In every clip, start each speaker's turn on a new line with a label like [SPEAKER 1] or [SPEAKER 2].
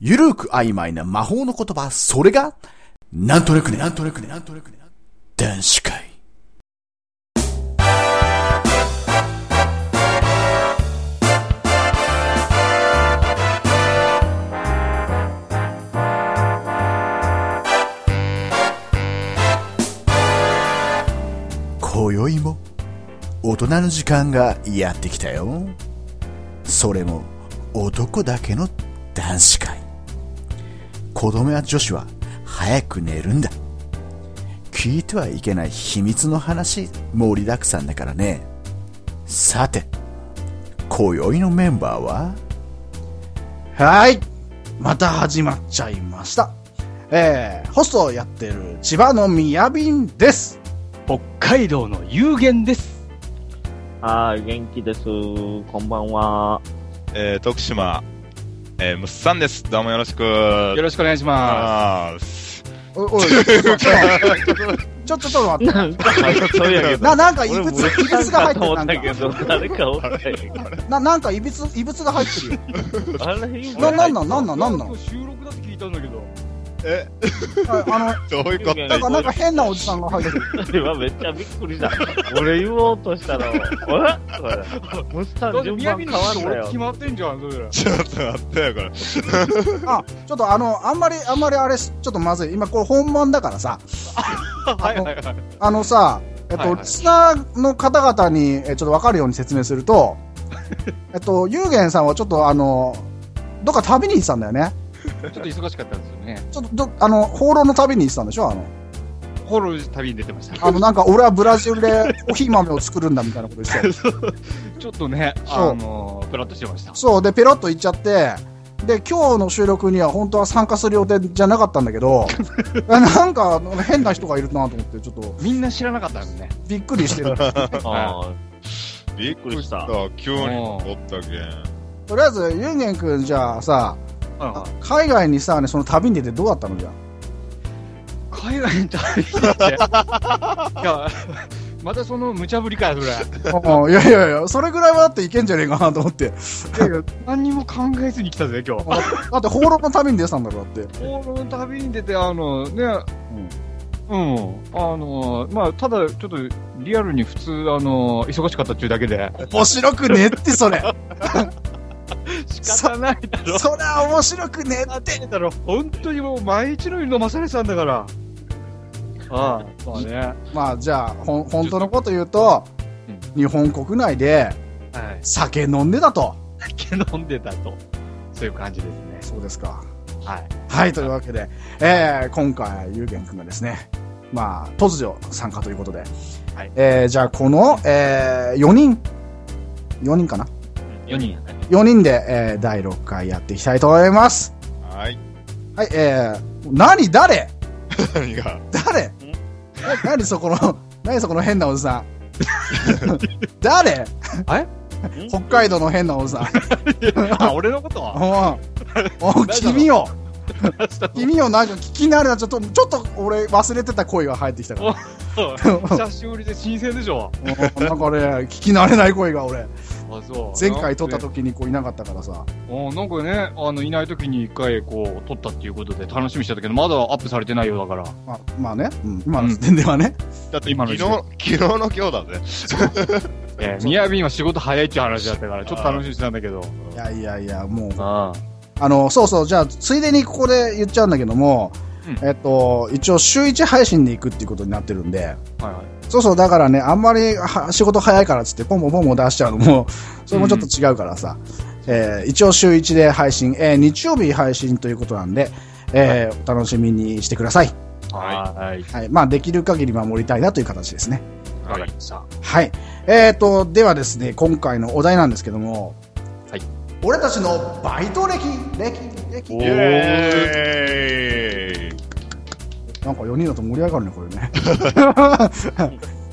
[SPEAKER 1] ゆるく曖昧な魔法の言葉、それが、なんとなくね、なんとなくね、なんとなくね、男子会。今宵も、大人の時間がやってきたよ。それも、男だけの男子会。子供や女子は早く寝るんだ聞いてはいけない秘密の話盛りだくさんだからねさて今宵のメンバーは
[SPEAKER 2] はい。また始まっちゃいました。えー、ホストをやってる千葉のみやびんです。
[SPEAKER 3] 北海道の有限です。
[SPEAKER 4] はい、元気です。こんばんは。
[SPEAKER 5] えー、徳島、えー、むっさんです。どうもよろしく。
[SPEAKER 3] よ
[SPEAKER 5] よ
[SPEAKER 3] ろしくお願いしま
[SPEAKER 5] し
[SPEAKER 2] おおい、ちょっと待ってちょっとちょっ と待っ
[SPEAKER 4] なんか、そうやけ
[SPEAKER 2] て。
[SPEAKER 4] ど。
[SPEAKER 2] な、なんかいくつ、いくつが入って
[SPEAKER 4] と
[SPEAKER 2] る。
[SPEAKER 4] 思
[SPEAKER 2] な
[SPEAKER 4] っ
[SPEAKER 2] んか
[SPEAKER 4] たけど、誰かおったんやけど。
[SPEAKER 2] な、なんかいびつ、いぶつが入って るよ。
[SPEAKER 4] あれ、今
[SPEAKER 2] な、なんなん、な
[SPEAKER 3] す。
[SPEAKER 2] んなん、なんな
[SPEAKER 3] 今
[SPEAKER 2] ん
[SPEAKER 3] 日収録だって聞いたんだけど。
[SPEAKER 5] え、
[SPEAKER 2] ああの、
[SPEAKER 5] どういうこと
[SPEAKER 2] なんか、なんか変なおじさんが入ってる。
[SPEAKER 4] 今めっちゃびっくりした。俺言おうとしたら、えムスタ
[SPEAKER 3] だっ
[SPEAKER 4] ン
[SPEAKER 3] て
[SPEAKER 4] 順
[SPEAKER 3] 宮
[SPEAKER 4] 番
[SPEAKER 3] 城の
[SPEAKER 4] 変わ
[SPEAKER 3] 人
[SPEAKER 4] った
[SPEAKER 3] 俺
[SPEAKER 4] よ
[SPEAKER 3] 決。まってんじゃん、それ。
[SPEAKER 5] ちょっと待ってよ、これ。
[SPEAKER 2] あ、ちょっとあの、あんまり、あんまりあれ、ちょっとまずい。今これ本番だからさ、
[SPEAKER 3] はいはいはい。
[SPEAKER 2] あのさ、えっ
[SPEAKER 3] はい
[SPEAKER 2] と、
[SPEAKER 3] はい
[SPEAKER 2] リスナーの方々に、えちょっとわかるように説明する と、えっと、ゆうげんさんはちょっとあの、どっか旅に行ってたんだよね。
[SPEAKER 3] ちょっと忙しかったんですよね。
[SPEAKER 2] ちょっと、どあの、放浪の旅に行ってたんでしょあの、
[SPEAKER 3] ホロ旅に出てました。
[SPEAKER 2] あの、なんか俺はブラジルでコーヒー豆を作るんだみたいなことして。
[SPEAKER 3] ちょっとね、
[SPEAKER 2] そう
[SPEAKER 3] あのー、プラッとしてました。
[SPEAKER 2] そう、で、ペロッと行っちゃって、で、今日の収録には本当は参加する予定じゃなかったんだ けど、なんかあの変な人がいるなと思って、ちょっと
[SPEAKER 3] みんな知らなかったんでね。
[SPEAKER 2] びっくりしてる。
[SPEAKER 4] あー
[SPEAKER 5] びっ
[SPEAKER 4] くりした
[SPEAKER 5] 急におったけん。
[SPEAKER 2] とりあえず、ゆうげんくんじゃあさ、
[SPEAKER 3] うん
[SPEAKER 2] 海外にさ、ね、その旅に出てどうだったのじゃあ
[SPEAKER 3] 海外に旅行って。 いや、またその無茶ぶりかよ、それ。
[SPEAKER 2] うんいやいやいや、それぐらいはだっていけんじゃねえかなと思って。
[SPEAKER 3] 何にも考えずに来たぜ、今日。
[SPEAKER 2] だって放浪の旅に出てたんだろ、だって。
[SPEAKER 3] 放浪の旅に出て、あの、ね、うん、あの、まあ、ただ、ちょっと、リアルに普通、あの、忙しかったっていうだけで、
[SPEAKER 2] 面白くねえって、そ れ。
[SPEAKER 3] 仕方ないだろ。
[SPEAKER 2] そりゃ面白くねえって。
[SPEAKER 3] ってだろ。本当にもう、毎日のように飲まされてたんだから。ああ、まあね。は
[SPEAKER 2] まあ、じゃあ、ほん、本当のこと言うと
[SPEAKER 3] うん、
[SPEAKER 2] 日本国内で
[SPEAKER 3] い。
[SPEAKER 2] 酒飲んでたと。
[SPEAKER 3] 酒飲んでたと。そういう感じですね。
[SPEAKER 2] そうですか。
[SPEAKER 3] はい。
[SPEAKER 2] はい、というわけで、えー、今回、ゆうげんくんがですね、まあ、突如参加ということで、
[SPEAKER 3] はい
[SPEAKER 2] えー、じゃあ、この、えー、4人、4人かな
[SPEAKER 4] 4人やね。
[SPEAKER 2] ?4 人で、えー、第6回やっていきたいと思います。
[SPEAKER 5] はい。
[SPEAKER 2] はい、えー、何誰
[SPEAKER 5] 何が
[SPEAKER 2] 誰 何そこの、何そこの変なおじさん。 誰 北海道の変なおじさん。
[SPEAKER 3] あ、俺のことは
[SPEAKER 2] おうおう 君よ君よなんか聞きになるなちょっとちょっと俺忘れてた声が入ってきたから
[SPEAKER 3] 久しぶりで新鮮でしょ。
[SPEAKER 2] おうなんかね聞き慣れない声が俺
[SPEAKER 3] あ、そう。
[SPEAKER 2] 前回撮った時にこういなかったからさ
[SPEAKER 3] おなんかね、あの、いない時に一回、こう、撮ったっていうことで楽しみにしてたけど、まだアップされてないようだから。
[SPEAKER 2] まあまあね、うん、今の時点ではね、
[SPEAKER 5] だって
[SPEAKER 3] 今
[SPEAKER 5] 今
[SPEAKER 3] の
[SPEAKER 5] の
[SPEAKER 3] 時
[SPEAKER 5] 昨日、昨日の今日だぜ。
[SPEAKER 3] えー、みやびんは仕事早いっていう話だったから、ちょっと楽しみにしてたんだけど。
[SPEAKER 2] いやいやいやもう
[SPEAKER 3] あ
[SPEAKER 2] あのそうそうじゃあついでにここで言っちゃうんだけども、
[SPEAKER 3] うん
[SPEAKER 2] えっと一応週1配信で行くっていうことになってるんで
[SPEAKER 3] あ。はいはい。
[SPEAKER 2] そうそう、だからね、あんまりは仕事早いからっつって、ポンポンポンポン出しちゃうの も、それもちょっと違うからさ、えー一応週1で配信、えー日曜日配信ということなんで、えーお楽しみにしてください。
[SPEAKER 3] はい。
[SPEAKER 2] はい。まあ、できる限り守りたいなという形ですね。
[SPEAKER 3] わかりました。
[SPEAKER 2] はい。えーと、ではですね、今回のお題なんですけども、
[SPEAKER 3] はい。
[SPEAKER 2] 俺たちのバイト歴、歴、歴。
[SPEAKER 5] イエーイ
[SPEAKER 2] なんか4人だと盛り上がるね、これね。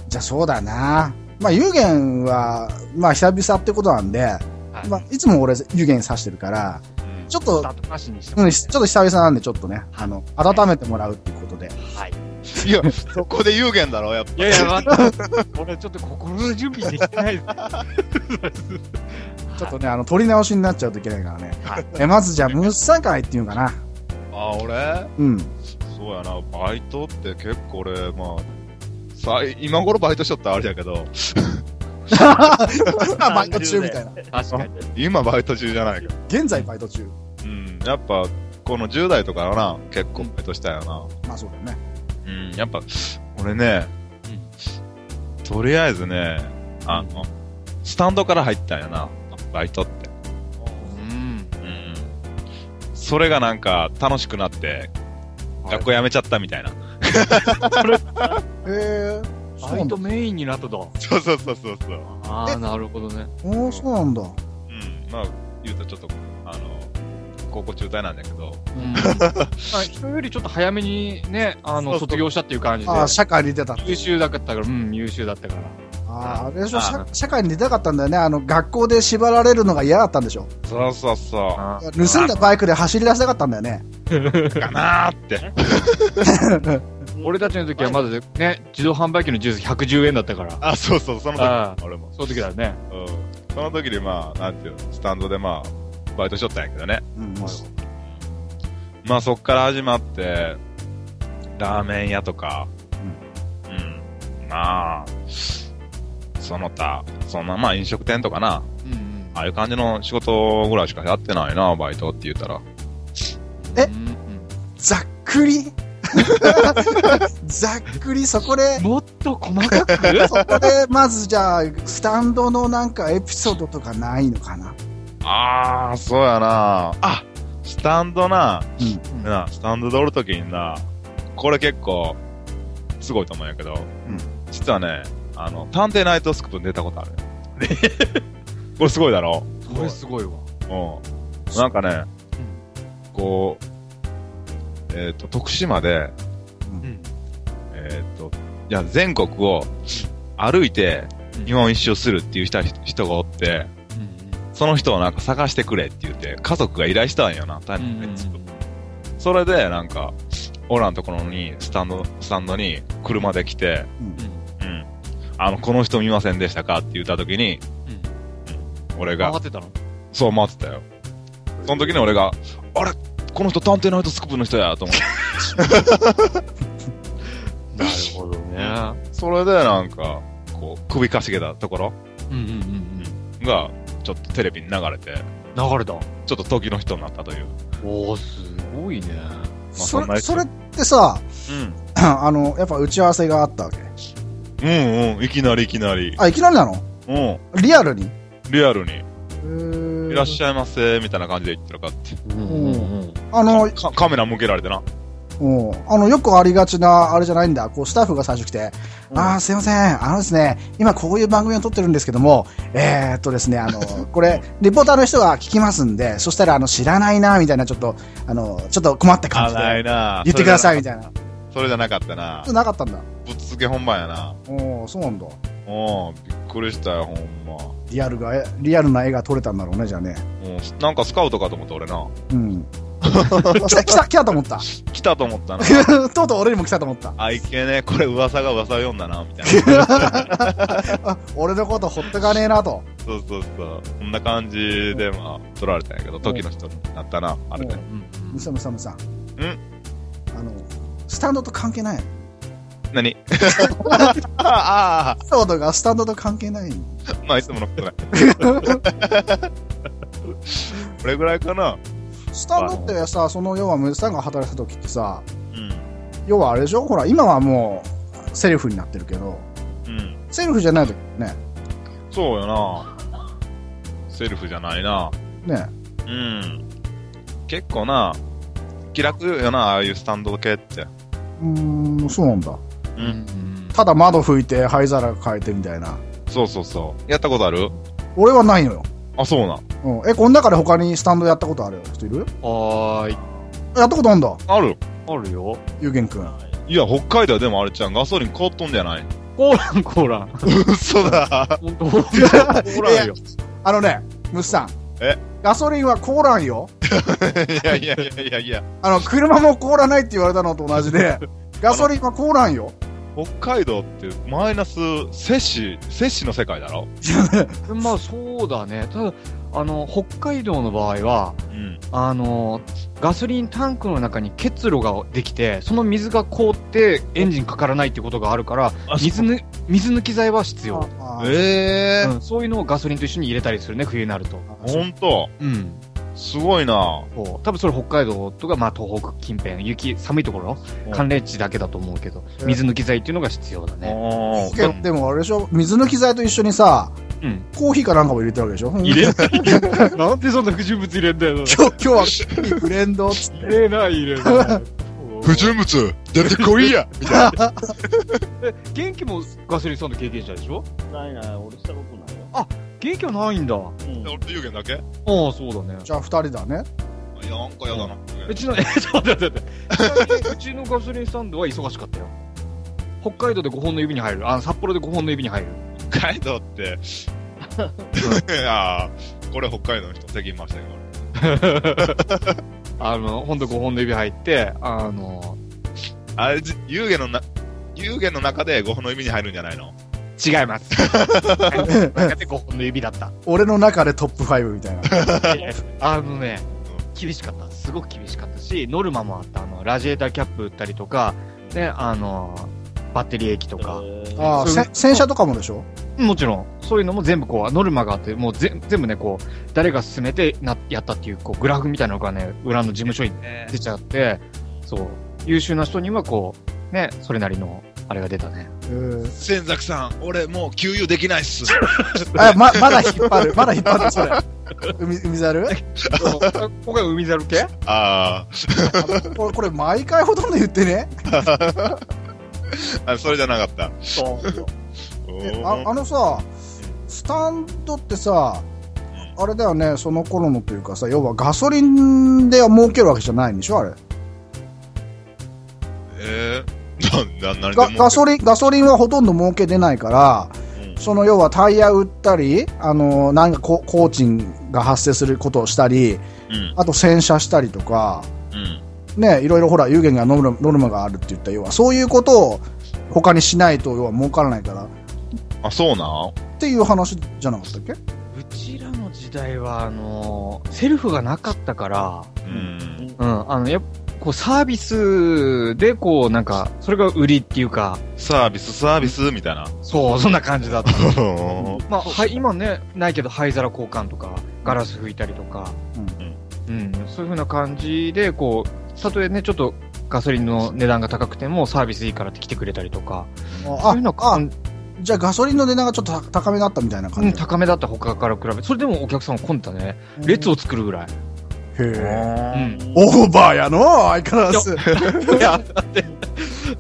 [SPEAKER 2] じゃあそうだな。まあ、有言は、まあ、久々ってことなんで、い、まあ、いつも俺、有言指してるから、
[SPEAKER 5] うん
[SPEAKER 2] ちょっと
[SPEAKER 3] スタ、ートなしにして
[SPEAKER 2] う
[SPEAKER 3] ま
[SPEAKER 2] ん、
[SPEAKER 3] す
[SPEAKER 2] ちょっと久々なんで、ちょっとね、あの、温めてもらうっていうことで。
[SPEAKER 3] はい。
[SPEAKER 5] いや、そこで有言だろ、やっぱ。
[SPEAKER 3] いやいや、待って。俺ちょっと心の準備できてないですね。
[SPEAKER 2] ちょっとね、あの、取り直しになっちゃうといけないからね。え、まずじゃあ、ムッサン会っていうのかな。
[SPEAKER 5] あ、俺
[SPEAKER 2] うん。
[SPEAKER 5] そうやな、バイトって結構俺、まあ、さ今頃バイトしとったらあれだけど、
[SPEAKER 2] バイト中みたいな。
[SPEAKER 4] 確かに。
[SPEAKER 5] 今バイト中じゃないけど。
[SPEAKER 2] 現在バイト中。
[SPEAKER 5] うん、やっぱ、この10代とかよな、結構バイトしたよな。
[SPEAKER 2] まあそうだよね。
[SPEAKER 5] うん、やっぱ、俺ね、とりあえずね、あの、スタンドから入ったんやな、バイトって。
[SPEAKER 3] うん。
[SPEAKER 5] うん。それがなんか楽しくなって、学校辞めちゃったみたいな。
[SPEAKER 2] へえ。
[SPEAKER 3] バイトメインになったと。
[SPEAKER 5] そうそうそうそうそう。
[SPEAKER 3] ああ、なるほどね。
[SPEAKER 2] おー、そうなんだ。
[SPEAKER 5] うん、まあ、言うとちょっと、あの、高校中退なんだけど、
[SPEAKER 3] うん。まあ人よりちょっと早めにね、あの、
[SPEAKER 5] そうそう
[SPEAKER 3] 卒業したっていう感じで
[SPEAKER 2] あ。あ、社会に出た。
[SPEAKER 3] 優秀だったから、うん、優秀だったから。
[SPEAKER 2] あーあれでしょ
[SPEAKER 5] あー
[SPEAKER 2] 社社会に出たかったんだよね。あの、学校で縛られるのが嫌だったんでしょ。
[SPEAKER 5] そうそうそ
[SPEAKER 3] あ
[SPEAKER 2] 盗んだバイクで走り出したかったんだよね。
[SPEAKER 5] う、かなーって。
[SPEAKER 3] 俺たちの時はまだね、自動販売機のジュース110円だったから。
[SPEAKER 5] あ、そうそう、その
[SPEAKER 3] あ
[SPEAKER 5] 時、俺も。
[SPEAKER 3] そういう時だね。
[SPEAKER 5] うん。その時にまあ、なんていうの、スタンドでまあ、バイトしとったんやけどね。
[SPEAKER 2] うん、まあ
[SPEAKER 5] まあそっから始まって、ラーメン屋とか、うん。まあ、その他、そんなまあ飲食店とかな、
[SPEAKER 3] うんうん。
[SPEAKER 5] ああいう感じの仕事ぐらいしかやってないな、バイトって言ったら。
[SPEAKER 2] え
[SPEAKER 3] うんうん
[SPEAKER 2] ざっく りざっくり、そこ で、
[SPEAKER 3] もっと細かく
[SPEAKER 2] そこで、まずじゃあ、スタンドのなんかエピソードとかないのかな。
[SPEAKER 5] ああ、そうやな。あ、スタンドな、
[SPEAKER 2] うん
[SPEAKER 5] な、スタンドでおるときにな、これ結構、すごいと思うんやけど、
[SPEAKER 2] うん
[SPEAKER 5] 実はね、あの、探偵ナイトスクープに出たことあるよ。 これすごいだろ
[SPEAKER 3] これすごいわ。
[SPEAKER 5] うん。なんかね、こう、えっ、と、徳島
[SPEAKER 3] う
[SPEAKER 5] で、
[SPEAKER 3] ん。
[SPEAKER 5] えっ、と、いや、全国を歩いて
[SPEAKER 3] うん
[SPEAKER 5] 日本一周するっていう人人がおって、その人をなんか探してくれって言って、家族が依頼したんよな、タイ
[SPEAKER 3] う
[SPEAKER 5] ム
[SPEAKER 3] ん
[SPEAKER 5] ナ
[SPEAKER 3] う
[SPEAKER 5] イ
[SPEAKER 3] ん
[SPEAKER 5] トスクープそれで、なんか、オラのところに、スタンド、スタンドに車で来て、うん。あの、この人見ませんでしたかって言った時に、俺
[SPEAKER 3] 回
[SPEAKER 5] が
[SPEAKER 3] っ、てたの
[SPEAKER 5] そう待ってたよ。その時に俺が、あれこの人探偵ナイトスクープの人やと思って。
[SPEAKER 4] な るほどね。
[SPEAKER 5] それでなんか、こう、首かしげたところ
[SPEAKER 3] うんうんうん
[SPEAKER 5] が、ちょっとテレビに流れて、
[SPEAKER 3] うん。流れた。
[SPEAKER 5] ちょっと時の人になったという。
[SPEAKER 3] おー、すごいね。
[SPEAKER 2] そ
[SPEAKER 5] そんな
[SPEAKER 2] れ
[SPEAKER 5] やつ
[SPEAKER 2] それってさ、
[SPEAKER 5] うん。
[SPEAKER 2] あの、やっぱ打ち合わせがあったわけ。
[SPEAKER 5] うんうん、いきなりいきなり。
[SPEAKER 2] あ、いきなりなの
[SPEAKER 5] うん、
[SPEAKER 2] リアルに。
[SPEAKER 5] リアルに、い
[SPEAKER 2] い
[SPEAKER 5] らっしゃいませ、みたいな感じで言ってるかって。
[SPEAKER 3] うん
[SPEAKER 2] うんゃあの、
[SPEAKER 5] かカメラ向けられてな。
[SPEAKER 2] うんあの、よくありがちな、あれじゃないんだ。こう、スタッフが最初来て、ああ、すいません。あのですね、今こういう番組を撮ってるんですけども、えー、っとですね、あ の、これ、リポーターの人が聞きますんで、そしたら、あの、知らないな、みたいな、ちょっと、あの、ちょっと困った感
[SPEAKER 5] あ
[SPEAKER 2] じ
[SPEAKER 5] ない
[SPEAKER 2] で、
[SPEAKER 5] な
[SPEAKER 2] 言ってくださ
[SPEAKER 5] い。
[SPEAKER 2] い、みたいな。ちょ
[SPEAKER 5] それじゃなかったな
[SPEAKER 2] っと。なかったんだ。
[SPEAKER 5] ぶっつけ本番やな。
[SPEAKER 2] おおそうなんだ。
[SPEAKER 5] うん、びっくりしたよ、ほんま。
[SPEAKER 2] リアルが、えリアルな絵が撮れたんだろうね、じゃあね。
[SPEAKER 5] うん、なんかスカウトかと思った、俺な。
[SPEAKER 2] うん。 来た、来た、来たと思った。
[SPEAKER 5] 来たと思ったな。
[SPEAKER 2] とうとう俺にも来たと思った。
[SPEAKER 5] あ、いけねえ、これ噂が噂を読んだな、みたい な。
[SPEAKER 2] あ俺のことほっとかねえなと。
[SPEAKER 5] そうそうそう。こんな感じで、まあ、撮られたんやけど、時の人になったな、あれで
[SPEAKER 2] う。むさむさむさん。
[SPEAKER 5] ん
[SPEAKER 2] あの、スタンドと関係ない。
[SPEAKER 5] 何 ああ、
[SPEAKER 2] エピソードがスタンドと関係ない。
[SPEAKER 5] まあ、いつもの ことだ。これぐらいかな。
[SPEAKER 2] スタンドってさ、その要はムさんが働いてた時ってさ、
[SPEAKER 5] うん。
[SPEAKER 2] 要はあれでしょほら、今はもうセルフになってるけど、
[SPEAKER 5] うん。
[SPEAKER 2] セルフじゃない時ね。
[SPEAKER 5] そうよな。セルフじゃないな。
[SPEAKER 2] ね。
[SPEAKER 5] うん。結構な、気楽よな、ああいうスタンド系って。
[SPEAKER 2] うーん、そうなんだ。
[SPEAKER 5] う
[SPEAKER 3] うん
[SPEAKER 5] ん。
[SPEAKER 2] ただ窓拭いて灰皿変えてみたいな。
[SPEAKER 5] そうそうそう。やったことある
[SPEAKER 2] 俺はないのよ。
[SPEAKER 5] あ、そうなん。
[SPEAKER 2] うん。え、この中で他にスタンドやったことある人いる
[SPEAKER 3] はーい。
[SPEAKER 2] やったことあんだ。
[SPEAKER 5] ある。
[SPEAKER 3] あるよ。
[SPEAKER 2] ゆうげんくん。
[SPEAKER 5] いや、北海道はでもあれちゃん、ガソリン凍っとんじゃない
[SPEAKER 3] コーラン、コーラン。
[SPEAKER 5] 嘘だ。
[SPEAKER 3] ほんとほんとコーランよ。
[SPEAKER 2] あのね、ムスさん。
[SPEAKER 5] え
[SPEAKER 2] ガソリンは凍らんよ。
[SPEAKER 5] いやいやいやいやいや。
[SPEAKER 2] あの、車も凍らないって言われたのと同じで、ガソリンは凍らんよ。
[SPEAKER 5] 北海道ってマイナス摂氏、摂氏の世界だろ
[SPEAKER 3] まあそうだね。ただ、ああの、北海道の場合は、
[SPEAKER 5] うん。
[SPEAKER 3] あの、ガソリンタンクの中に結露ができて、その水が凍ってエンジンかからないってことがあるから、水ぬ水抜き剤は必要、
[SPEAKER 2] あー
[SPEAKER 5] ええ
[SPEAKER 3] うんそういうのをガソリンと一緒に入れたりするね、冬になると。
[SPEAKER 5] ほんと、
[SPEAKER 3] うん。
[SPEAKER 5] すごいな。
[SPEAKER 3] こう多分それ北海道とか、まあ東北近辺、雪、寒いところ、寒冷地だけだと思うけど、
[SPEAKER 2] うん
[SPEAKER 3] 水抜き剤っていうのが必要だね。
[SPEAKER 5] お
[SPEAKER 2] いやでもあれでしょ水抜き剤と一緒にさ
[SPEAKER 3] うん。
[SPEAKER 2] コーヒーかなんかも入れてるわけでしょ
[SPEAKER 5] 入れな い。
[SPEAKER 3] なんでそんな不純物入れんだよ。
[SPEAKER 2] 今日今日はブレンドっつって
[SPEAKER 3] 入れない、入れ ない。
[SPEAKER 6] 不純物出てこいや
[SPEAKER 3] 元気もガソリンスタンド経験者でしょ
[SPEAKER 4] ないない、俺したことないよ。
[SPEAKER 3] 元気はないんだ。あ
[SPEAKER 4] うん
[SPEAKER 5] 俺と有言だけ
[SPEAKER 3] あ、そうだね。
[SPEAKER 2] じゃあ二人だね
[SPEAKER 5] いや、なんかやだな。
[SPEAKER 3] うちの、え、ちょっと待って待って。ちなみにうちのガソリンスタンドは忙しかったよ。北海道で5本の指に入る。あ、札幌で5本の指に入る。
[SPEAKER 5] 北海道って、い やーこれ北海道の人責任ましたけど、
[SPEAKER 3] あの、ほんと5本の指入って、あの、
[SPEAKER 5] あれ、じ湯気のな、湯気の中で5本の指に入るんじゃないの
[SPEAKER 3] 違い ます。5本の指だった。
[SPEAKER 2] 俺の中でトップ5みたいな
[SPEAKER 3] あのね、厳しかった。すごく厳しかったし、ノルマもあった。あの、ラジエーターキャップ売ったりとか、ね、あの、バッテリー液とか。
[SPEAKER 2] あー
[SPEAKER 3] そう
[SPEAKER 2] せ洗車とかもでしょ
[SPEAKER 3] もちろん、そういうのも全部こう、ノルマがあって、もうぜ全部ね、こう、誰が進めてなやったっていう、こう、グラフみたいなのがね、裏の事務所に出ちゃって、そう、優秀な人にはこう、ね、それなりの、あれが出たね。
[SPEAKER 2] えー
[SPEAKER 5] 千作さん、俺もう給油できないっ す。
[SPEAKER 2] あままだ引っ張るまだ引っ張るそれ海海猿
[SPEAKER 3] 今回海猿系
[SPEAKER 5] あ
[SPEAKER 2] これこれ毎回ほとんど言ってね
[SPEAKER 5] ーあ、それじゃなかった。
[SPEAKER 4] そうそう。
[SPEAKER 5] お
[SPEAKER 2] え
[SPEAKER 5] ー
[SPEAKER 2] ああのさスタンドってさあれだよねその頃のというかさ要はガソリンで儲けるわけじゃないんでしょあれ
[SPEAKER 5] えー、な、な、何で
[SPEAKER 2] ガ
[SPEAKER 5] も
[SPEAKER 2] ガソリンガソリンはほとんど儲け出ないから
[SPEAKER 5] うん
[SPEAKER 2] その要はタイヤ売ったりあのなんかこ工賃が発生することをしたり
[SPEAKER 5] うん、
[SPEAKER 2] あと洗車したりとか
[SPEAKER 5] うん。
[SPEAKER 2] ねいろいろほら有限がノルマノルマがあるって言った要はそういうことを他にしないと要は儲からないから
[SPEAKER 5] あ、そうなん
[SPEAKER 2] っていう話じゃなかったっけ
[SPEAKER 3] うちらの時代は、あの、セルフがなかったから、
[SPEAKER 5] うん。
[SPEAKER 3] うん、あの、やっぱこう、サービスで、こう、なんか、それが売りっていうか、
[SPEAKER 5] サービス、サービス、みたいな。
[SPEAKER 3] そう、そんな感じだ った。
[SPEAKER 5] うん
[SPEAKER 3] まあ、はい、今ね、ないけど、灰皿交換とか、ガラス拭いたりとか、うん、そういうふうな感じで、こう、たとえね、ちょっとガソリンの値段が高くても、サービスいいからって来てくれたりとか、そう
[SPEAKER 2] あ
[SPEAKER 3] いうの
[SPEAKER 2] あ
[SPEAKER 3] か、
[SPEAKER 2] じゃあガソリンの値段がちょっと高高めだったみたいな
[SPEAKER 3] う
[SPEAKER 2] 感
[SPEAKER 3] ん、
[SPEAKER 2] じ、
[SPEAKER 3] 高めだった他から比べ、それでもお客さんは混んでたね。列を作るぐらい。
[SPEAKER 2] へえ
[SPEAKER 3] うん。
[SPEAKER 2] オーバーやの相変わらず
[SPEAKER 3] いや、だって、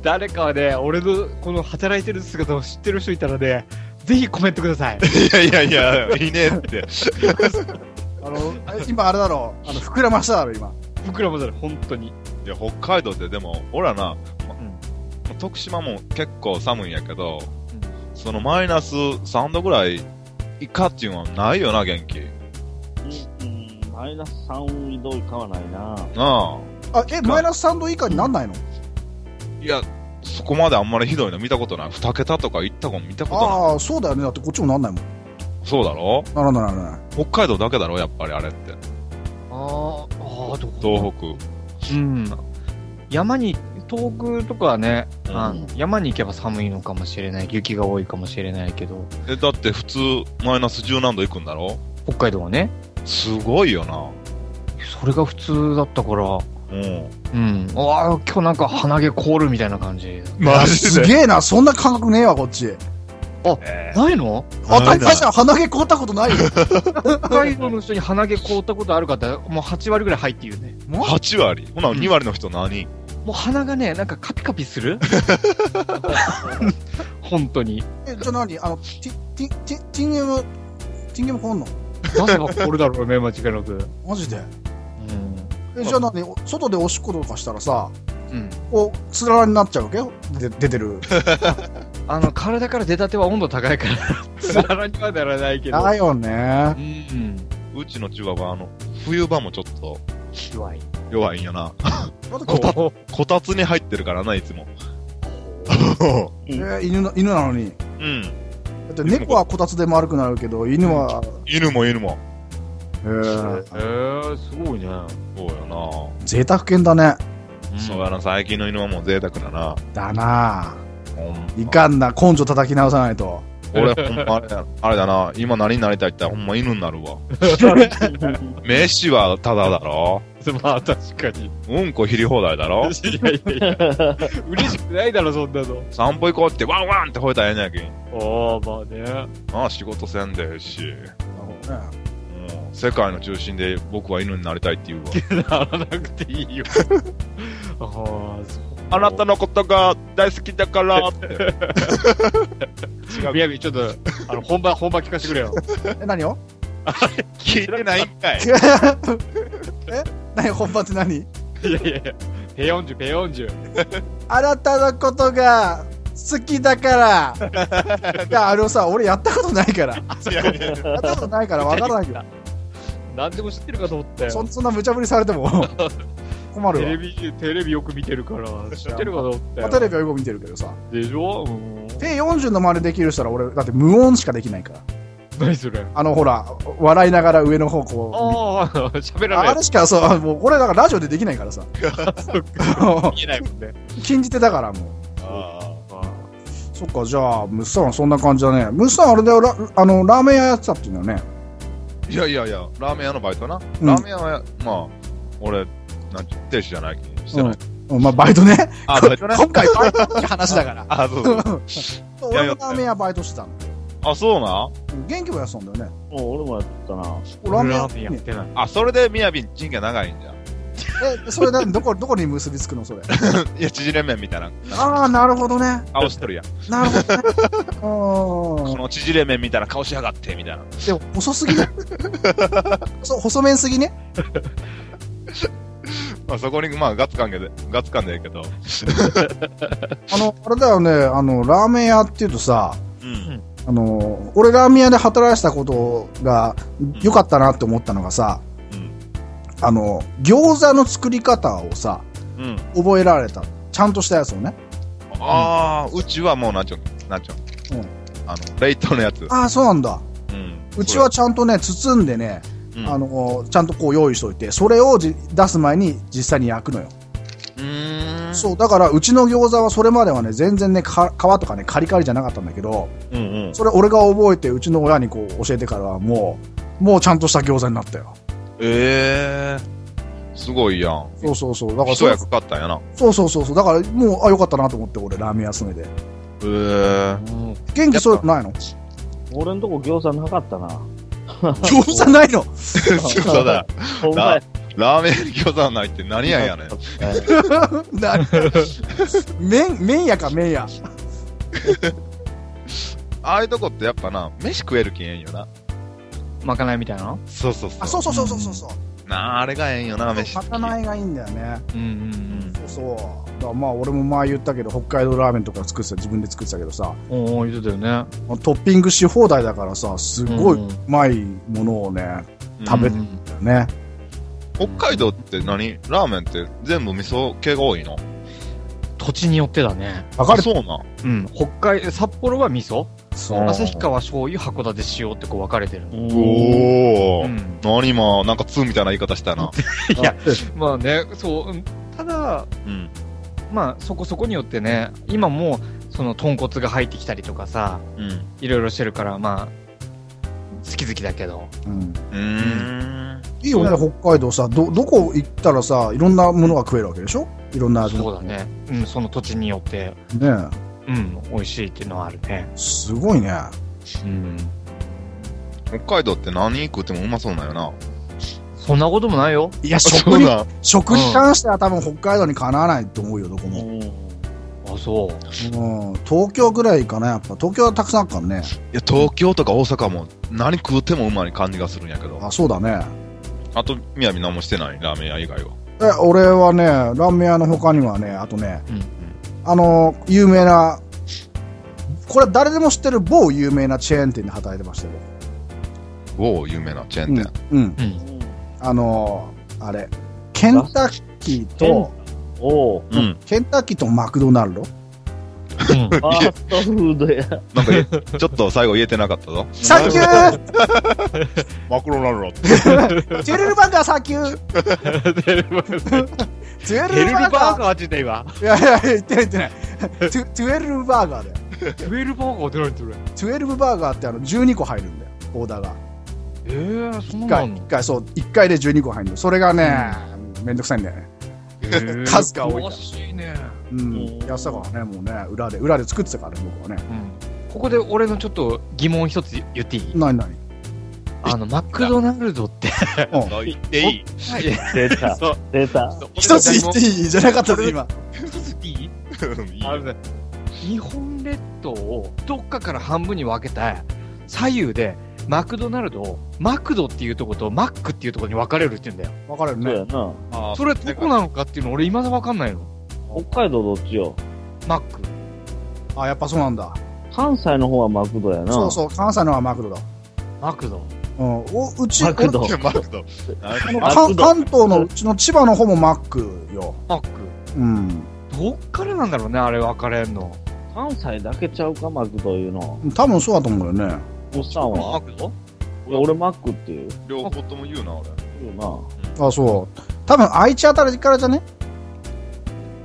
[SPEAKER 3] 誰かはね、俺のこの働いてる姿を知ってる人いたらね、ぜひコメントください。
[SPEAKER 5] いやいやいや、いいねって。
[SPEAKER 2] あのえ 今あれだろうあの膨らましただろ今
[SPEAKER 3] 僕らもそれ、本当に。
[SPEAKER 5] いや、北海道ってでも、俺らな、ま
[SPEAKER 3] ん
[SPEAKER 5] ま徳島も結構寒いんやけど、
[SPEAKER 3] うん
[SPEAKER 5] そのマイナス3度ぐらい以下っていうのはないよな、元気。
[SPEAKER 4] うんうんマイナス3移動以下はないな。
[SPEAKER 5] なあ。
[SPEAKER 2] あえマイナス3度以下になんないの、
[SPEAKER 5] いや、そこまであんまりひどいの見たことない。二桁とか行ったこと見たことない。
[SPEAKER 2] ああそうだよねだってこっちもなんないもん
[SPEAKER 5] そうだろ
[SPEAKER 2] ならないならない
[SPEAKER 5] 北海道だけだろやっぱりあれって。
[SPEAKER 3] あーあー、どこ
[SPEAKER 5] 東北。
[SPEAKER 3] うん。山に、遠くとかはね、
[SPEAKER 5] うん
[SPEAKER 3] あの山に行けば寒いのかもしれない、雪が多いかもしれないけど、
[SPEAKER 5] え、だって普通、マイナス十何度行くんだろ
[SPEAKER 3] 北海道はね、
[SPEAKER 5] すごいよな。
[SPEAKER 3] それが普通だったから、
[SPEAKER 5] うん。
[SPEAKER 3] うん。うわあ、今日なんか鼻毛凍るみたいな感じ。
[SPEAKER 5] マ
[SPEAKER 2] すげえなそんな感覚ねえわこっち
[SPEAKER 5] え
[SPEAKER 3] ない の
[SPEAKER 2] 当たり前じゃん鼻毛凍ったことないよ
[SPEAKER 3] 北海道の人に鼻毛凍ったことある方、もう8割ぐらい入っているね。
[SPEAKER 5] ー、8割ほな、
[SPEAKER 3] うん
[SPEAKER 5] 2割の人何、
[SPEAKER 3] もう鼻がね、なんかカピカピする 本当に。
[SPEAKER 2] えじゃあ何あのティティティティンゲムティンゲムこんの
[SPEAKER 3] なぜか凍るだろうね、間違いなく。
[SPEAKER 2] マジで
[SPEAKER 3] うん。
[SPEAKER 2] えじゃあ何お外でおしっことかしたらさ
[SPEAKER 3] うん。
[SPEAKER 2] こうつららになっちゃうわけよで出てる
[SPEAKER 3] あの、体から出たては温度高い から、つららにはならないけど。
[SPEAKER 2] だよね
[SPEAKER 3] うん。
[SPEAKER 5] うちの中学はあの、冬場もちょっと
[SPEAKER 3] 弱い。
[SPEAKER 5] 弱いんやな。
[SPEAKER 2] だっ
[SPEAKER 5] こ
[SPEAKER 2] てこ
[SPEAKER 5] たこたつに入ってるからな、いつも。
[SPEAKER 2] えー犬の犬なのに
[SPEAKER 5] うん。
[SPEAKER 2] だって猫はこたつで丸くなるけど犬は
[SPEAKER 5] 犬も犬も。
[SPEAKER 2] ー
[SPEAKER 3] えー、すごいね。
[SPEAKER 5] そうよ
[SPEAKER 2] 贅沢犬だね。
[SPEAKER 5] な。そうやな、最近の犬はもう贅沢だな。
[SPEAKER 2] だなあ
[SPEAKER 5] ほんま
[SPEAKER 2] いかんな、根性叩き直さないと。
[SPEAKER 5] 俺、ほんまあれだあれだな、今何になりたいって言ったらほんま犬になるわ。飯はタダだろ
[SPEAKER 3] まあ、確かに。
[SPEAKER 5] うんこひり放題だ ろ
[SPEAKER 3] いやいやい や、嬉しくないだろ、そんなの。
[SPEAKER 5] 散歩行こうってワンワンって吠えたらええねやけん。
[SPEAKER 3] ああ、まあね。
[SPEAKER 5] まあ仕事せんでええし、
[SPEAKER 2] うん
[SPEAKER 5] もう世界の中心で僕は犬になりたいって 言うわ。
[SPEAKER 3] ならなくていいよ。ああ、そう。
[SPEAKER 5] あなたのことが大好きだからって。
[SPEAKER 3] 違う。みやび、ちょっと、あの、本番、本番聞かせてくれよ。
[SPEAKER 2] え、何を
[SPEAKER 5] 聞いてないん かい。
[SPEAKER 2] え何本番って何
[SPEAKER 3] いやいやいや、ペヨンジュ、ペヨンジュ。
[SPEAKER 2] あなたのことが好きだから。いや、あれをさ、俺やったことないから。やったことないから分からないけど。
[SPEAKER 3] 何でも知ってるかと思った
[SPEAKER 2] そ
[SPEAKER 3] よ。
[SPEAKER 2] そんな無茶ぶりされて も困
[SPEAKER 3] テ
[SPEAKER 2] る
[SPEAKER 3] レ
[SPEAKER 2] わ。
[SPEAKER 3] ビ、テレビよく見てるから、知ってるかと思った
[SPEAKER 2] まあ
[SPEAKER 3] よ。
[SPEAKER 2] テレビはよく見てるけどさ。
[SPEAKER 3] でしょうん。
[SPEAKER 2] で、40の真似できる人は俺、だって無音しかできないから。
[SPEAKER 3] 何それ。
[SPEAKER 2] あの、ほら、笑いながら上の方
[SPEAKER 3] あ
[SPEAKER 2] こ
[SPEAKER 3] あ、喋
[SPEAKER 2] う。
[SPEAKER 3] らない
[SPEAKER 2] あ
[SPEAKER 3] や
[SPEAKER 2] れしか、そう、もう、これだからラジオでできないからさ。
[SPEAKER 3] つ。言えないもんね。
[SPEAKER 2] 禁じ手だからもう。
[SPEAKER 3] あ
[SPEAKER 2] そっか、じゃあ、ムスさんはそんな感じだね。ムスさんあれだよ、ラあのラーメン屋やってたっていうのね。
[SPEAKER 5] いやいやいや、ラーメン屋のバイトな。
[SPEAKER 2] うん
[SPEAKER 5] ラーメン屋は、まあ、俺、なんて、亭主じゃないけんしてない。
[SPEAKER 2] うんまあ、バイトね。
[SPEAKER 5] あ、
[SPEAKER 2] こ
[SPEAKER 5] バイトな。
[SPEAKER 2] 今回バイトって 話だから。
[SPEAKER 5] あ、そうそう。 や
[SPEAKER 2] 俺もラーメン屋バイトしてたの。
[SPEAKER 5] あ、そうな
[SPEAKER 2] 元気もやってたんだよね。
[SPEAKER 4] もう俺もやったな。
[SPEAKER 2] ラーメン屋
[SPEAKER 3] ーメンやってない。
[SPEAKER 5] あ、それでみやびん人が長いんじゃん。
[SPEAKER 2] え、それ何 どこ、どこに結びつくのそれ。
[SPEAKER 5] いや、縮れ麺みたいな
[SPEAKER 2] ああ、なるほどね。
[SPEAKER 5] 顔してるやん。
[SPEAKER 2] なるほ どね。う
[SPEAKER 5] こ
[SPEAKER 2] ん。
[SPEAKER 5] の縮れ麺みたいな顔しやがって、みたいな。
[SPEAKER 2] でも、細すぎね。そう、細麺すぎね。
[SPEAKER 5] まあ、そこに、まあ、ガッツ関係で、ガッツ感でええけど。
[SPEAKER 2] あの、あれだよね、あの、ラーメン屋っていうとさ、
[SPEAKER 5] うん。
[SPEAKER 2] あの、俺ラーメン屋で働いてたことが良かったなって思ったのがさ、
[SPEAKER 5] うん
[SPEAKER 2] あの、餃子の作り方をさ、
[SPEAKER 5] うん。
[SPEAKER 2] 覚えられた。ちゃんとしたやつをね。
[SPEAKER 5] ああ、うちはもう、なんちょ、なんちょ。
[SPEAKER 2] うん
[SPEAKER 5] あの、冷凍のやつ。
[SPEAKER 2] ああ、そうなんだ。
[SPEAKER 5] うん。
[SPEAKER 2] うちはちゃんとね、包んでね、
[SPEAKER 5] それ、うん
[SPEAKER 2] あ、の、ちゃんとこう用意しといて、それをじ出す前に実際に焼くのよ。
[SPEAKER 5] うーん。
[SPEAKER 2] そう、だからうちの餃子はそれまではね、全然ね、か皮とかね、カリカリじゃなかったんだけど、
[SPEAKER 5] うんうん。
[SPEAKER 2] それ俺が覚えて、うちの親にこう教えてからはもう、もうちゃんとした餃子になったよ。
[SPEAKER 5] ええすごいやん。
[SPEAKER 2] そうそうそう。だから
[SPEAKER 5] 一
[SPEAKER 2] そ
[SPEAKER 5] 役かったんやな。
[SPEAKER 2] そうそうそうそう。だからもう、あ、よかったなと思って、俺、ラーメン屋勤めで。
[SPEAKER 5] ええ
[SPEAKER 3] うん。
[SPEAKER 2] 元気そういうのないの
[SPEAKER 4] 俺んとこ餃子なかったな。
[SPEAKER 2] 餃子ないの
[SPEAKER 5] 餃子だ。
[SPEAKER 4] ほんまや。
[SPEAKER 5] ラーメン餃子ないって何やんやねん。
[SPEAKER 2] な麺、麺屋か、麺屋。
[SPEAKER 5] ああいうとこってやっぱな、飯食える気ええんよな。
[SPEAKER 3] まかないみたいな
[SPEAKER 5] そうそうそう。
[SPEAKER 2] あ、そうそうそうそうそうそう。
[SPEAKER 5] なあ、あれがええんよな、飯。
[SPEAKER 2] まかないがいいんだよね。
[SPEAKER 3] うんうん
[SPEAKER 2] そうそう。だからまあ俺も前言ったけど、北海道ラーメンとか作ってた、自分で作ってたけどさ、
[SPEAKER 3] うん。おお言ってたよね。
[SPEAKER 2] トッピングし放題だからさ、すごいうまいものをね、
[SPEAKER 5] うん
[SPEAKER 2] 食べてね。
[SPEAKER 5] 北海道って何ラーメンって全部味噌系が多いの
[SPEAKER 3] 土地によってだね。
[SPEAKER 2] わか
[SPEAKER 5] あ
[SPEAKER 2] る
[SPEAKER 5] そうなん。
[SPEAKER 3] うん。北海、札幌は味噌
[SPEAKER 2] そう
[SPEAKER 3] 旭川醤油、函館塩ってこう分かれてる。
[SPEAKER 4] お
[SPEAKER 5] おお、
[SPEAKER 3] ん。
[SPEAKER 5] 何今、なんか2みたいな言い方したな。
[SPEAKER 3] いや、まあね、そううん。ただ、
[SPEAKER 5] うん。
[SPEAKER 3] まあそこそこによってね、今もう、その豚骨が入ってきたりとかさ、
[SPEAKER 5] うん。う
[SPEAKER 3] いろいろしてるから、まあ、好き好きだけど。
[SPEAKER 2] うん
[SPEAKER 5] ーん。
[SPEAKER 2] いいよね、北海道さ、ど、どこ行ったらさ、いろんなものが食えるわけでしょいろんな味
[SPEAKER 3] そう
[SPEAKER 2] の
[SPEAKER 3] だ。ね。うん、その土地によって、
[SPEAKER 2] ね
[SPEAKER 3] うん、美味しいっていうのはあるね。
[SPEAKER 2] すごいね。
[SPEAKER 3] うん。
[SPEAKER 5] 北海道って何食ってもうまそうなんよな。
[SPEAKER 3] そんなこともないよ。
[SPEAKER 2] いや、
[SPEAKER 5] そ
[SPEAKER 2] 食
[SPEAKER 5] う
[SPEAKER 2] に、
[SPEAKER 5] なん。
[SPEAKER 2] 食に関しては多分北海道にかなわないと思うよ、どこも。
[SPEAKER 3] あ、そう。
[SPEAKER 2] うん。東京ぐらいかな、やっぱ。東京はたくさんあるからね。
[SPEAKER 5] いや、東京とか大阪も何食うてもうまい感じがするんやけど。
[SPEAKER 2] あ、そうだね。
[SPEAKER 5] あと、宮城何もしてない、ラーメン屋以外は。
[SPEAKER 2] え、俺はね、ラーメン屋の他にはね、あとね、
[SPEAKER 3] うんうん
[SPEAKER 2] あの、有名な、これ誰でも知ってる某有名なチェーン店で働いてましたよ。
[SPEAKER 5] 某有名なチェー
[SPEAKER 2] う
[SPEAKER 5] ン
[SPEAKER 2] ん
[SPEAKER 5] 店。。
[SPEAKER 2] うん。
[SPEAKER 3] うん。
[SPEAKER 2] あの、あれ、ケンタッキーと、
[SPEAKER 4] おお
[SPEAKER 5] うん。
[SPEAKER 2] ケンタッキーとマクドナルド
[SPEAKER 4] ファーストフードや。
[SPEAKER 5] なんか、ちょっと最後言えてなかったぞ。
[SPEAKER 2] サンキュー
[SPEAKER 6] マクロナルドって。
[SPEAKER 2] トゥルルバーガーサンキュートゥ
[SPEAKER 3] ヘ
[SPEAKER 2] ル
[SPEAKER 3] ル
[SPEAKER 2] ル
[SPEAKER 3] ル
[SPEAKER 2] バ
[SPEAKER 3] バ
[SPEAKER 2] ーガ
[SPEAKER 3] ーガー自体は。
[SPEAKER 2] ーいやいや、言ってない言ってない。トゥトゥエルルバーガーだよ。
[SPEAKER 3] トゥエルバーガー出られてる。
[SPEAKER 2] トゥエルブバーガーってあの12個入るんだよ、オーダーが。
[SPEAKER 3] えー、そん
[SPEAKER 2] 1
[SPEAKER 3] な
[SPEAKER 2] 回、
[SPEAKER 3] の
[SPEAKER 2] 一回、そう、1回で12個入るの。それがね、めんどくさいんだよね。数が多いから
[SPEAKER 3] 詳しいね。
[SPEAKER 2] うん。やってたからね、もうね、裏で、裏で作ってたからね、僕はね。
[SPEAKER 3] ここで俺のちょっと疑問一つ言っていい
[SPEAKER 2] なになに
[SPEAKER 3] あの、マクドナルドって。
[SPEAKER 5] 言っていい
[SPEAKER 4] 出た
[SPEAKER 3] そう。
[SPEAKER 4] 出た。
[SPEAKER 2] 一つ言っていいじゃなかったで、今。
[SPEAKER 3] 一つ言っていい
[SPEAKER 6] うんいいよ
[SPEAKER 3] あのね日本列島をどっかから半分に分けて左右でマクドナルドをマクドっていうとことマックっていうとこに分かれるって言うんだよ
[SPEAKER 2] 分かれる
[SPEAKER 4] そうや
[SPEAKER 2] ね。
[SPEAKER 4] な。
[SPEAKER 5] あー
[SPEAKER 3] それどこなのかっていうの俺今だ分かんないの
[SPEAKER 4] 北海道どっちよ。
[SPEAKER 3] マック
[SPEAKER 2] あ、やっぱそうなんだ。
[SPEAKER 4] 関西の方はマクドやな。
[SPEAKER 2] そうそう、関西のはマクドだ。
[SPEAKER 3] マクド
[SPEAKER 2] うん。お、うち、
[SPEAKER 4] マクド
[SPEAKER 6] いやマクド。
[SPEAKER 5] なんか
[SPEAKER 2] 俺
[SPEAKER 4] マ
[SPEAKER 2] 関
[SPEAKER 4] クド
[SPEAKER 2] 関東のうちの千葉の方もマックよ。
[SPEAKER 3] マック
[SPEAKER 2] うん。
[SPEAKER 3] どっからなんだろうねあれ分かれんの
[SPEAKER 4] 関西だけちゃうか、マクドいうの。
[SPEAKER 2] 多分そうだと思うよね。
[SPEAKER 4] おっさんは。
[SPEAKER 3] クド
[SPEAKER 4] いや俺マックっていう。
[SPEAKER 5] 両方とも言うな、俺。
[SPEAKER 4] 言うな。
[SPEAKER 2] あ、そう。多分愛知あたりからじゃね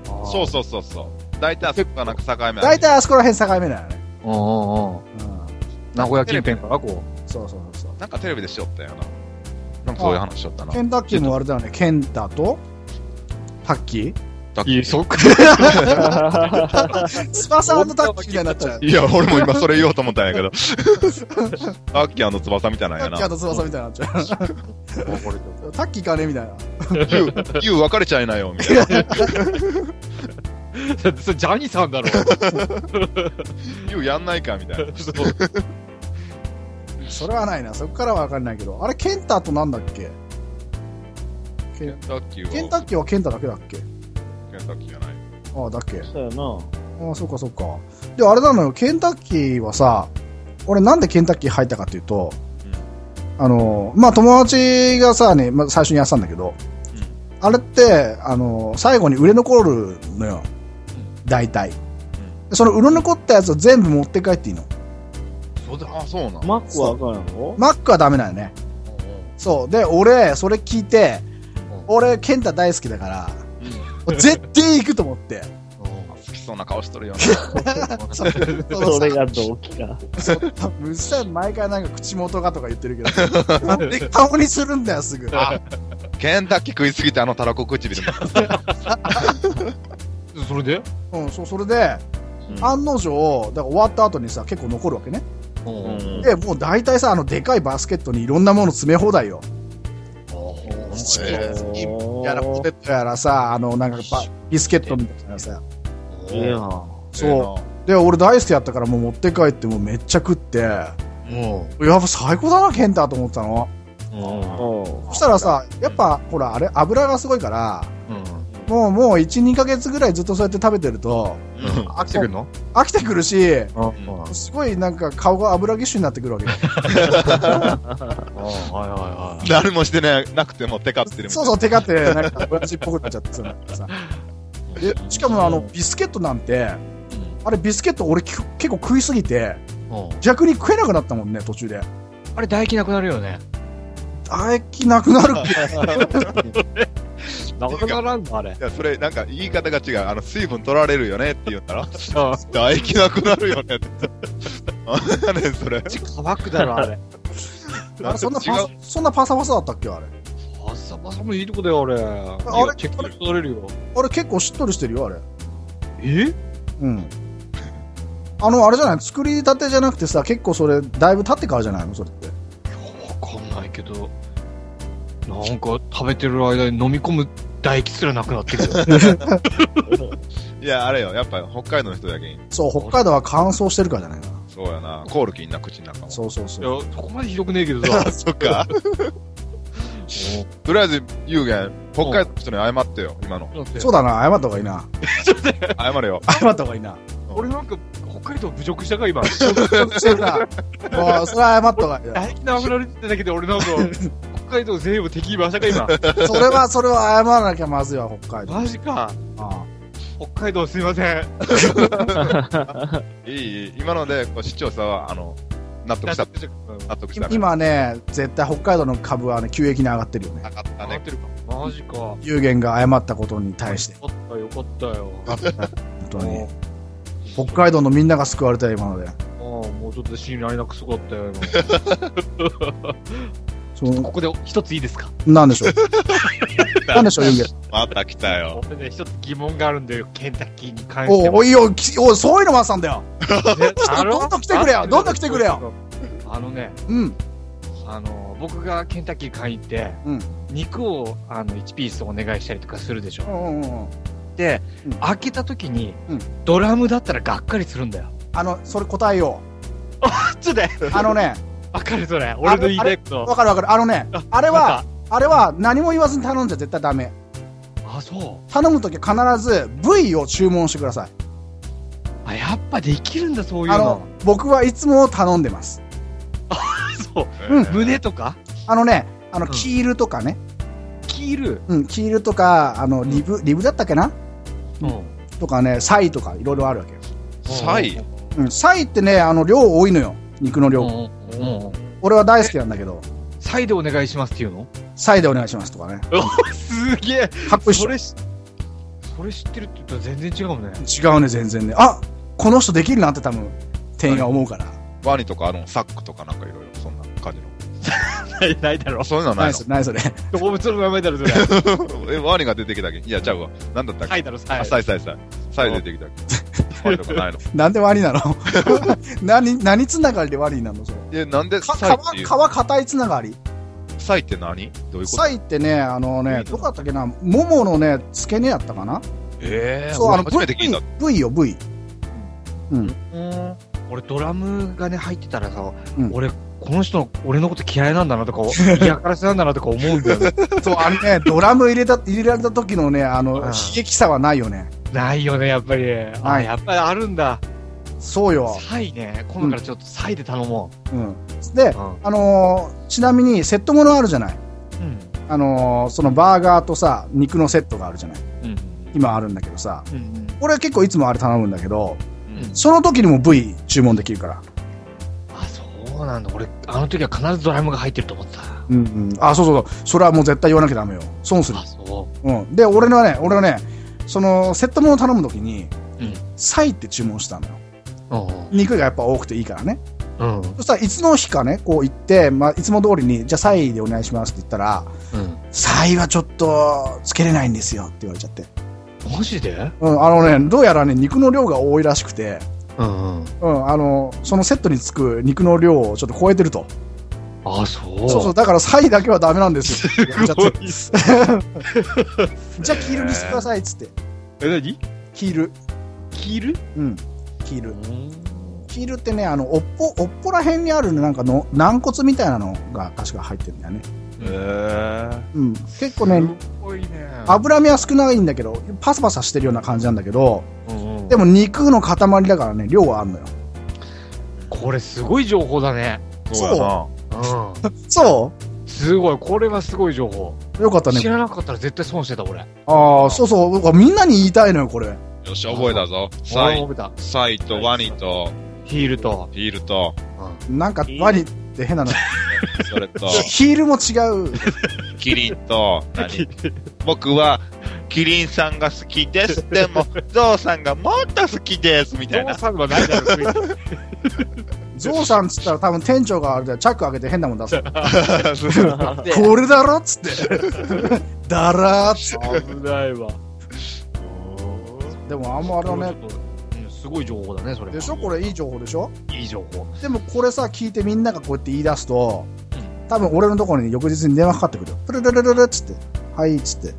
[SPEAKER 5] そうそうそうそう。大体あそこがなんか境目あ
[SPEAKER 2] 大
[SPEAKER 5] る。
[SPEAKER 2] 体あそこら辺境目だよね。
[SPEAKER 3] うんうんうん
[SPEAKER 2] うん。
[SPEAKER 3] 名古屋近辺からこ
[SPEAKER 2] そうそうそう。
[SPEAKER 5] なんかテレビでしよったよな。なんかそういう話しよったな
[SPEAKER 2] ケ。ンタッキーもあれだよね。ケンタとタッキー
[SPEAKER 5] だ
[SPEAKER 3] う
[SPEAKER 5] って
[SPEAKER 3] い そっか
[SPEAKER 2] スパサータッキーみたいになっちゃう。
[SPEAKER 5] いや、俺も今それ言おうと思ったん やけど。アッキーの翼みたいなん
[SPEAKER 2] タ
[SPEAKER 5] や
[SPEAKER 2] ッ
[SPEAKER 5] な
[SPEAKER 2] キー。と翼みたいになっちゃ う。タッキーかねみたいな。
[SPEAKER 5] 言う、言う別れちゃいなよ、みたいな。
[SPEAKER 3] それジャニーさん だろ
[SPEAKER 5] 言うやんないか、みたいな。
[SPEAKER 2] それはないな。そこからは分かんないけど。あれ、ケンタとなんだっけ
[SPEAKER 5] ケンタッキーは。
[SPEAKER 2] ケンタッキーはケンタだけだっけ
[SPEAKER 5] ケンタッキーじゃない。
[SPEAKER 2] ああ、だっけ
[SPEAKER 4] そうやな。
[SPEAKER 2] ああ、そうかそうか。で、あれなのよ。ケンタッキーはさ、俺なんでケンタッキー入ったかっていうと、あの、まあ、友達がさ、ね、まあ、最初にやってたんだけど、あれって、あの、最後に売れ残るのよ。大体。その売れ残ったやつを全部持って帰っていいの。
[SPEAKER 5] そうだ、あ、そうなん。
[SPEAKER 4] マックはあかんやろ
[SPEAKER 2] マックはダメなのね。そう。で、俺、それ聞いて、俺、ケンタ大好きだから、絶対行くと思って。
[SPEAKER 5] 好きそうな顔しとるよね。
[SPEAKER 2] そう
[SPEAKER 4] それが動機か。
[SPEAKER 2] むしろ毎回なんか口元がとか言ってるけど、なんで顔にするんだよ、すぐ。
[SPEAKER 5] あ ケンタッキー食いすぎてあのたらこ唇も。
[SPEAKER 3] それで
[SPEAKER 2] うん、そう、それで、案の定、だから終わった後にさ、結構残るわけね。
[SPEAKER 5] うん
[SPEAKER 2] で、もう大体さ、あの、でかいバスケットにいろんなもの詰め放題よ。チキ
[SPEAKER 5] え
[SPEAKER 2] ンやら、ポテトやらさ、あの、なんかパ、ビスケットみたいなさ。
[SPEAKER 4] ええやん。
[SPEAKER 2] そう。で、俺大好きだったから、もう持って帰って、もうめっちゃ食って、やっぱ最高だな、ケンタと思ってたの。
[SPEAKER 4] うん
[SPEAKER 2] そしたらさ、やっぱ、ほら、あれ、油がすごいから、
[SPEAKER 3] うん
[SPEAKER 2] もう、もう、1、2ヶ月ぐらいずっとそうやって食べてると、
[SPEAKER 3] 飽きてくるの
[SPEAKER 2] 飽きてくるし、
[SPEAKER 3] あ
[SPEAKER 2] すごいなんか顔が油ぎっしゅになってくる わけよ。
[SPEAKER 3] あはいはいはい
[SPEAKER 5] 誰もしてね、なくてもテカってるみたいな。
[SPEAKER 2] そうそう、手がって、なんか親父っぽくなっちゃってさ。でしかもあの、ビスケットなんて、あれビスケット俺き結構食いすぎて、逆に食えなくなったもんね、途中で。
[SPEAKER 3] あれ唾液なくなるよね。
[SPEAKER 2] 唾液な くなるっけ
[SPEAKER 3] なくならんのあれ。
[SPEAKER 5] いや、それ、なんか、言い方が違う。あの、水分取られるよねって言ったら、唾液なくなるよねって。なんやねん、それ。
[SPEAKER 3] 乾くだろ、あれ。
[SPEAKER 2] あれそんなパ
[SPEAKER 5] 違
[SPEAKER 2] サ
[SPEAKER 5] う、
[SPEAKER 2] そんなパサパサだったっけあれ。
[SPEAKER 3] あさまさもいいとこだよ、あれ。
[SPEAKER 2] あれ
[SPEAKER 3] あれ結構取れるよ。
[SPEAKER 2] あれ結構しっとりしてるよ、あれ。
[SPEAKER 3] え
[SPEAKER 2] うん。あの、あれじゃない作りたてじゃなくてさ、結構それ、だいぶ経ってからじゃないのそれって。
[SPEAKER 3] わかんないけど。なんか、食べてる間に飲み込む唾液すらなくなってくる。
[SPEAKER 5] いや、あれよ。やっぱ、北海道の人だけに。
[SPEAKER 2] そう、北海道は乾燥してるからじゃないかな。
[SPEAKER 5] そうやな。コールキンな口の中も。
[SPEAKER 2] そうそうそう。
[SPEAKER 3] いや、そこまでひどくねえけどさ。
[SPEAKER 5] そっ か。とりあえず、ゆうげん、北海道の人に謝ってよ、今の。
[SPEAKER 2] そうだな、謝った方がいいな。
[SPEAKER 5] 謝れよ。
[SPEAKER 2] 謝った方がいいな。
[SPEAKER 3] 俺なんか、北海道侮辱したか、今。
[SPEAKER 2] してるな。もう、それは謝った方がいいな。
[SPEAKER 3] 唾液なくなるってだけで俺なんか、北海道全部敵に回したか、今。
[SPEAKER 2] それは、それは謝らなきゃまずいわ、北海道。
[SPEAKER 3] マジか。
[SPEAKER 2] あ
[SPEAKER 3] 北海道すいません。
[SPEAKER 5] いいいい、今ので、こう市長さんは、あの、納得した。納得した。、
[SPEAKER 2] 今ね、絶対北海道の株はね、急激に上がってるよね。
[SPEAKER 5] なかった
[SPEAKER 3] 上が
[SPEAKER 5] ね
[SPEAKER 3] っ。てるか。マジか。よ
[SPEAKER 2] 有限が誤ったことに対して、
[SPEAKER 3] かったよかったよ。
[SPEAKER 2] 本当に。北海道のみんなが救われたよ、今ので。
[SPEAKER 3] ああ、もうちょっと信頼なくそかったよ、今。
[SPEAKER 2] そ
[SPEAKER 3] こ
[SPEAKER 2] の
[SPEAKER 3] こで一ついいですか
[SPEAKER 2] なんでしょう。 なんでしょう、有限。
[SPEAKER 5] また来たよ。
[SPEAKER 3] 僕ね、一つ疑問があるんだよ、ケンタッキーに関して
[SPEAKER 2] おう
[SPEAKER 3] は。
[SPEAKER 2] おいよ、きおいそういうのもあったんだよ。
[SPEAKER 3] あの
[SPEAKER 2] どんどん来てくれよどんどん来てくれよ。
[SPEAKER 3] あのね、
[SPEAKER 2] うん。
[SPEAKER 3] あの、僕がケンタッキー買いに行って、
[SPEAKER 2] うん
[SPEAKER 3] 肉をあの1ピースお願いしたりとかするでし
[SPEAKER 2] う
[SPEAKER 3] ょ。
[SPEAKER 2] んうんうん
[SPEAKER 3] で、
[SPEAKER 2] うん
[SPEAKER 3] 開けた時に、
[SPEAKER 2] うん
[SPEAKER 3] ドラムだったらがっかりするんだよ。
[SPEAKER 2] あの、それ答えよ
[SPEAKER 3] あっちで
[SPEAKER 2] う。あの ね、
[SPEAKER 3] わかるそれ。俺の言いたいこと。
[SPEAKER 2] わかるわかる。あのね、あれは、あれは何も言わずに頼んじゃ絶対ダメ。
[SPEAKER 3] あ、そう。
[SPEAKER 2] 頼むときは必ず部位を注文してください。
[SPEAKER 3] あ、やっぱできるんだ、そういう
[SPEAKER 2] あ
[SPEAKER 3] の
[SPEAKER 2] の。、僕はいつも頼んでます。
[SPEAKER 3] そう。
[SPEAKER 2] うん
[SPEAKER 3] 胸とか
[SPEAKER 2] あのね、あの、
[SPEAKER 3] うん
[SPEAKER 2] キールとかね、
[SPEAKER 3] キール。
[SPEAKER 2] うん、キールとか、あの、リブ、リブだったっけな
[SPEAKER 3] うん。
[SPEAKER 2] とかね、サイとかいろいろあるわけよ。
[SPEAKER 5] サイ
[SPEAKER 2] うん、サイってね、あの、量多いのよ。肉の
[SPEAKER 3] う
[SPEAKER 2] 量。
[SPEAKER 3] んうんうん。
[SPEAKER 2] 俺は大好きなんだけど、
[SPEAKER 3] サイでお願いしますっていうの
[SPEAKER 2] サイでお願いしますとかね。
[SPEAKER 3] すげえ
[SPEAKER 2] かっこいいっし
[SPEAKER 3] そ
[SPEAKER 2] ょ
[SPEAKER 3] れしそれ知ってるって言ったら全然違うもんね。
[SPEAKER 2] 違うね、全然ね。あこの人できるなって多分、店員が思うから。
[SPEAKER 5] ワニとか、あの、サックとかなんかいろいろ、そんな感じの。
[SPEAKER 3] ないないだろ
[SPEAKER 5] あ、。そういうのは
[SPEAKER 2] な
[SPEAKER 5] ない
[SPEAKER 2] いそれ、ないそれ。
[SPEAKER 3] 動物の名前だろ、それ。
[SPEAKER 5] の え、ワニが出てきたっけいや、ちゃうわ。なんだったっ
[SPEAKER 3] サ
[SPEAKER 5] け
[SPEAKER 3] イだろ、サ
[SPEAKER 5] あ、
[SPEAKER 3] イ。
[SPEAKER 5] サイサイサイ。サイ出てきたっ けワニとかないの。
[SPEAKER 2] なんでワ ニなの何、何つながりでワニなのそれ。
[SPEAKER 5] え、なんで
[SPEAKER 2] か、
[SPEAKER 5] サイって
[SPEAKER 2] 皮、
[SPEAKER 5] いう
[SPEAKER 2] 皮硬いつながり
[SPEAKER 5] サイって何どういうこと
[SPEAKER 2] サイってね、あのね、どこだったっけな、もものね、付け根やったかな
[SPEAKER 5] ええ、
[SPEAKER 2] そう、あ
[SPEAKER 5] 俺
[SPEAKER 2] の、
[SPEAKER 5] 初めて聞いた。
[SPEAKER 2] 部位よ、部位。
[SPEAKER 3] うん俺、ドラムがね、入ってたらさ、
[SPEAKER 2] うん
[SPEAKER 3] 俺、この人の、俺のこと嫌いなんだなとか、 嫌がらせなんだなとか思うんだよね。
[SPEAKER 2] そう、あれね、ドラム入れた、入れられた時のね、あの、
[SPEAKER 3] うん
[SPEAKER 2] 悲劇さはないよね。
[SPEAKER 3] ないよね、やっぱり。あ、
[SPEAKER 2] ない
[SPEAKER 3] やっぱりあるんだ。
[SPEAKER 2] そうよ。
[SPEAKER 3] サイね、今度からちょっとサイで頼も
[SPEAKER 2] うん。で
[SPEAKER 3] う。う、ん。
[SPEAKER 2] あのーちなみに、セットものあるじゃない。
[SPEAKER 3] うん。
[SPEAKER 2] あのーそのバーガーとさ、肉のセットがあるじゃない。
[SPEAKER 3] うん。
[SPEAKER 2] 今あるんだけどさ。
[SPEAKER 3] うん。
[SPEAKER 2] 俺結構いつもあれ頼むんだけど、
[SPEAKER 3] うん
[SPEAKER 2] その時にも部位注文できるから。
[SPEAKER 3] あ、そうなんだ。俺、あの時は必ずドラムが入ってると思ってた。
[SPEAKER 2] うんうん。あ、そうそうそう。それはもう絶対言わなきゃダメよ。損する
[SPEAKER 3] あ、。そ
[SPEAKER 2] うん。で、俺のはね、俺はね、その、セットものを頼む時に、
[SPEAKER 3] うん
[SPEAKER 2] サイって注文したのよ。
[SPEAKER 3] う。う
[SPEAKER 2] 肉がやっぱ多くていいからね。
[SPEAKER 3] ん。うん。
[SPEAKER 2] そしたらいつの日かね、こう行って、まあ、いつも通りに、じゃあサイでお願いしますって言ったら、
[SPEAKER 3] うん。
[SPEAKER 2] サイはちょっとつけれないんですよって言われちゃって。
[SPEAKER 3] マジで
[SPEAKER 2] うん、あのね、どうやらね、肉の量が多いらしくて、
[SPEAKER 3] うんうん。
[SPEAKER 2] うん、あの、そのセットにつく肉の量をちょっと超えてると。
[SPEAKER 3] あ、そう。
[SPEAKER 2] そうそう、だからサイだけはダメなんですよ。言われちゃって じゃあ黄色にしてくださいっつって。
[SPEAKER 3] え、なに
[SPEAKER 2] 黄色。
[SPEAKER 3] キール
[SPEAKER 2] うん、黄色。黄色ってね、あの、おっぽ、おっぽら辺にあるねなんかの、軟骨みたいなのが確か入ってるんだよね。
[SPEAKER 5] えー
[SPEAKER 2] うん、結構ね、
[SPEAKER 3] すごいね。
[SPEAKER 2] 脂身は少ないんだけど、パサパサしてるような感じなんだけど、
[SPEAKER 3] うんうん
[SPEAKER 2] でも肉の塊だからね、量はあるのよ。
[SPEAKER 3] これすごい情報だね。
[SPEAKER 5] そうやな。
[SPEAKER 3] う
[SPEAKER 2] そ
[SPEAKER 3] ん。すごい。これはすごい情報。
[SPEAKER 2] うよかったね
[SPEAKER 3] 知。らなかったら絶対損してた、俺。
[SPEAKER 2] ああ、そうそう。僕はみんなに言いたいのよ、これ。
[SPEAKER 5] よし、覚えたぞ。サ
[SPEAKER 3] 俺も
[SPEAKER 5] イ、
[SPEAKER 3] 覚えた。
[SPEAKER 5] サイとワニと、
[SPEAKER 3] ヒールと。
[SPEAKER 5] ヒールと、
[SPEAKER 2] なんか、ワニって変なの。
[SPEAKER 5] そ れと、
[SPEAKER 2] ヒールも違う。
[SPEAKER 5] キリンと、 何僕は、キリンさんが好きです。で も、ゾウさんがもっと好きです。みた いな。
[SPEAKER 3] さんはないだ ろ、
[SPEAKER 2] ゾウさんっつったら多分店長があれだよチャック開けて変なもん出
[SPEAKER 3] だ
[SPEAKER 2] す。
[SPEAKER 3] って
[SPEAKER 2] これだろっつって。 だらーっつっ
[SPEAKER 3] 危ないわ。
[SPEAKER 2] て。でもあんまあれだね。
[SPEAKER 3] これちょっとうんすごい情報だね、それは。
[SPEAKER 2] でしょこれいい情報でしょ
[SPEAKER 3] いい情報。
[SPEAKER 2] でもこれさ、聞いてみんながこうやって言い出すと
[SPEAKER 3] う、
[SPEAKER 2] 多分俺のところに翌日に電話かかってくるよ。プルルルルルっつって。はい、っつって。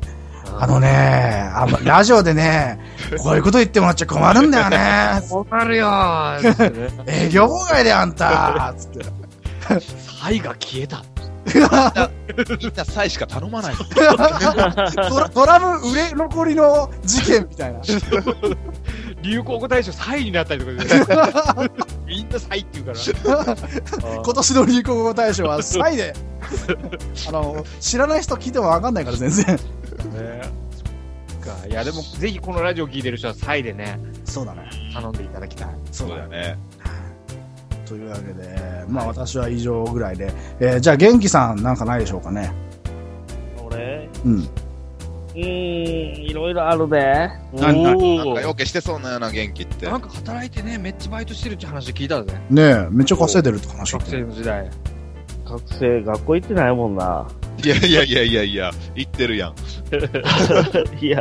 [SPEAKER 2] あのね、あんまラジオでね、こういうこと言ってもらっちゃ困るんだよね。
[SPEAKER 3] 困るよー。
[SPEAKER 2] 営業妨害であんた。つって。
[SPEAKER 3] サイが消えた。
[SPEAKER 5] みんなサイしか頼まない。
[SPEAKER 2] ドラドラム売れ残りの事件みたいな。
[SPEAKER 3] 流行語大賞サイになったりと かで。みんなサイって言うから。
[SPEAKER 2] 今年の流行語大賞はサイで。あの、知らない人聞いてもわかんないから全然。
[SPEAKER 3] ね。そっか、いや、でも、ぜひこのラジオ聞いてる人はサイでね、
[SPEAKER 2] そうだね。
[SPEAKER 3] 頼んでいただきたい。
[SPEAKER 2] そ
[SPEAKER 7] そうだよね。
[SPEAKER 2] というわけで、まあ私は以上ぐらいで、えーじゃあ元気さんなんかないでしょうかね。
[SPEAKER 4] 俺
[SPEAKER 2] うん。
[SPEAKER 4] うーん、いろいろあるで。
[SPEAKER 2] 何何
[SPEAKER 5] なんかよけしてそうなような元気って。
[SPEAKER 3] なんか働いてね、めっちゃバイトしてるって話聞いたぜ。
[SPEAKER 2] ねえ、めっちゃ稼いでるって話聞い
[SPEAKER 3] 学
[SPEAKER 2] て
[SPEAKER 3] 生
[SPEAKER 2] る。
[SPEAKER 3] の時代。
[SPEAKER 4] 学生、学校行ってないもん な。
[SPEAKER 5] いやいやいやいやいや、言ってるやん。
[SPEAKER 4] いや、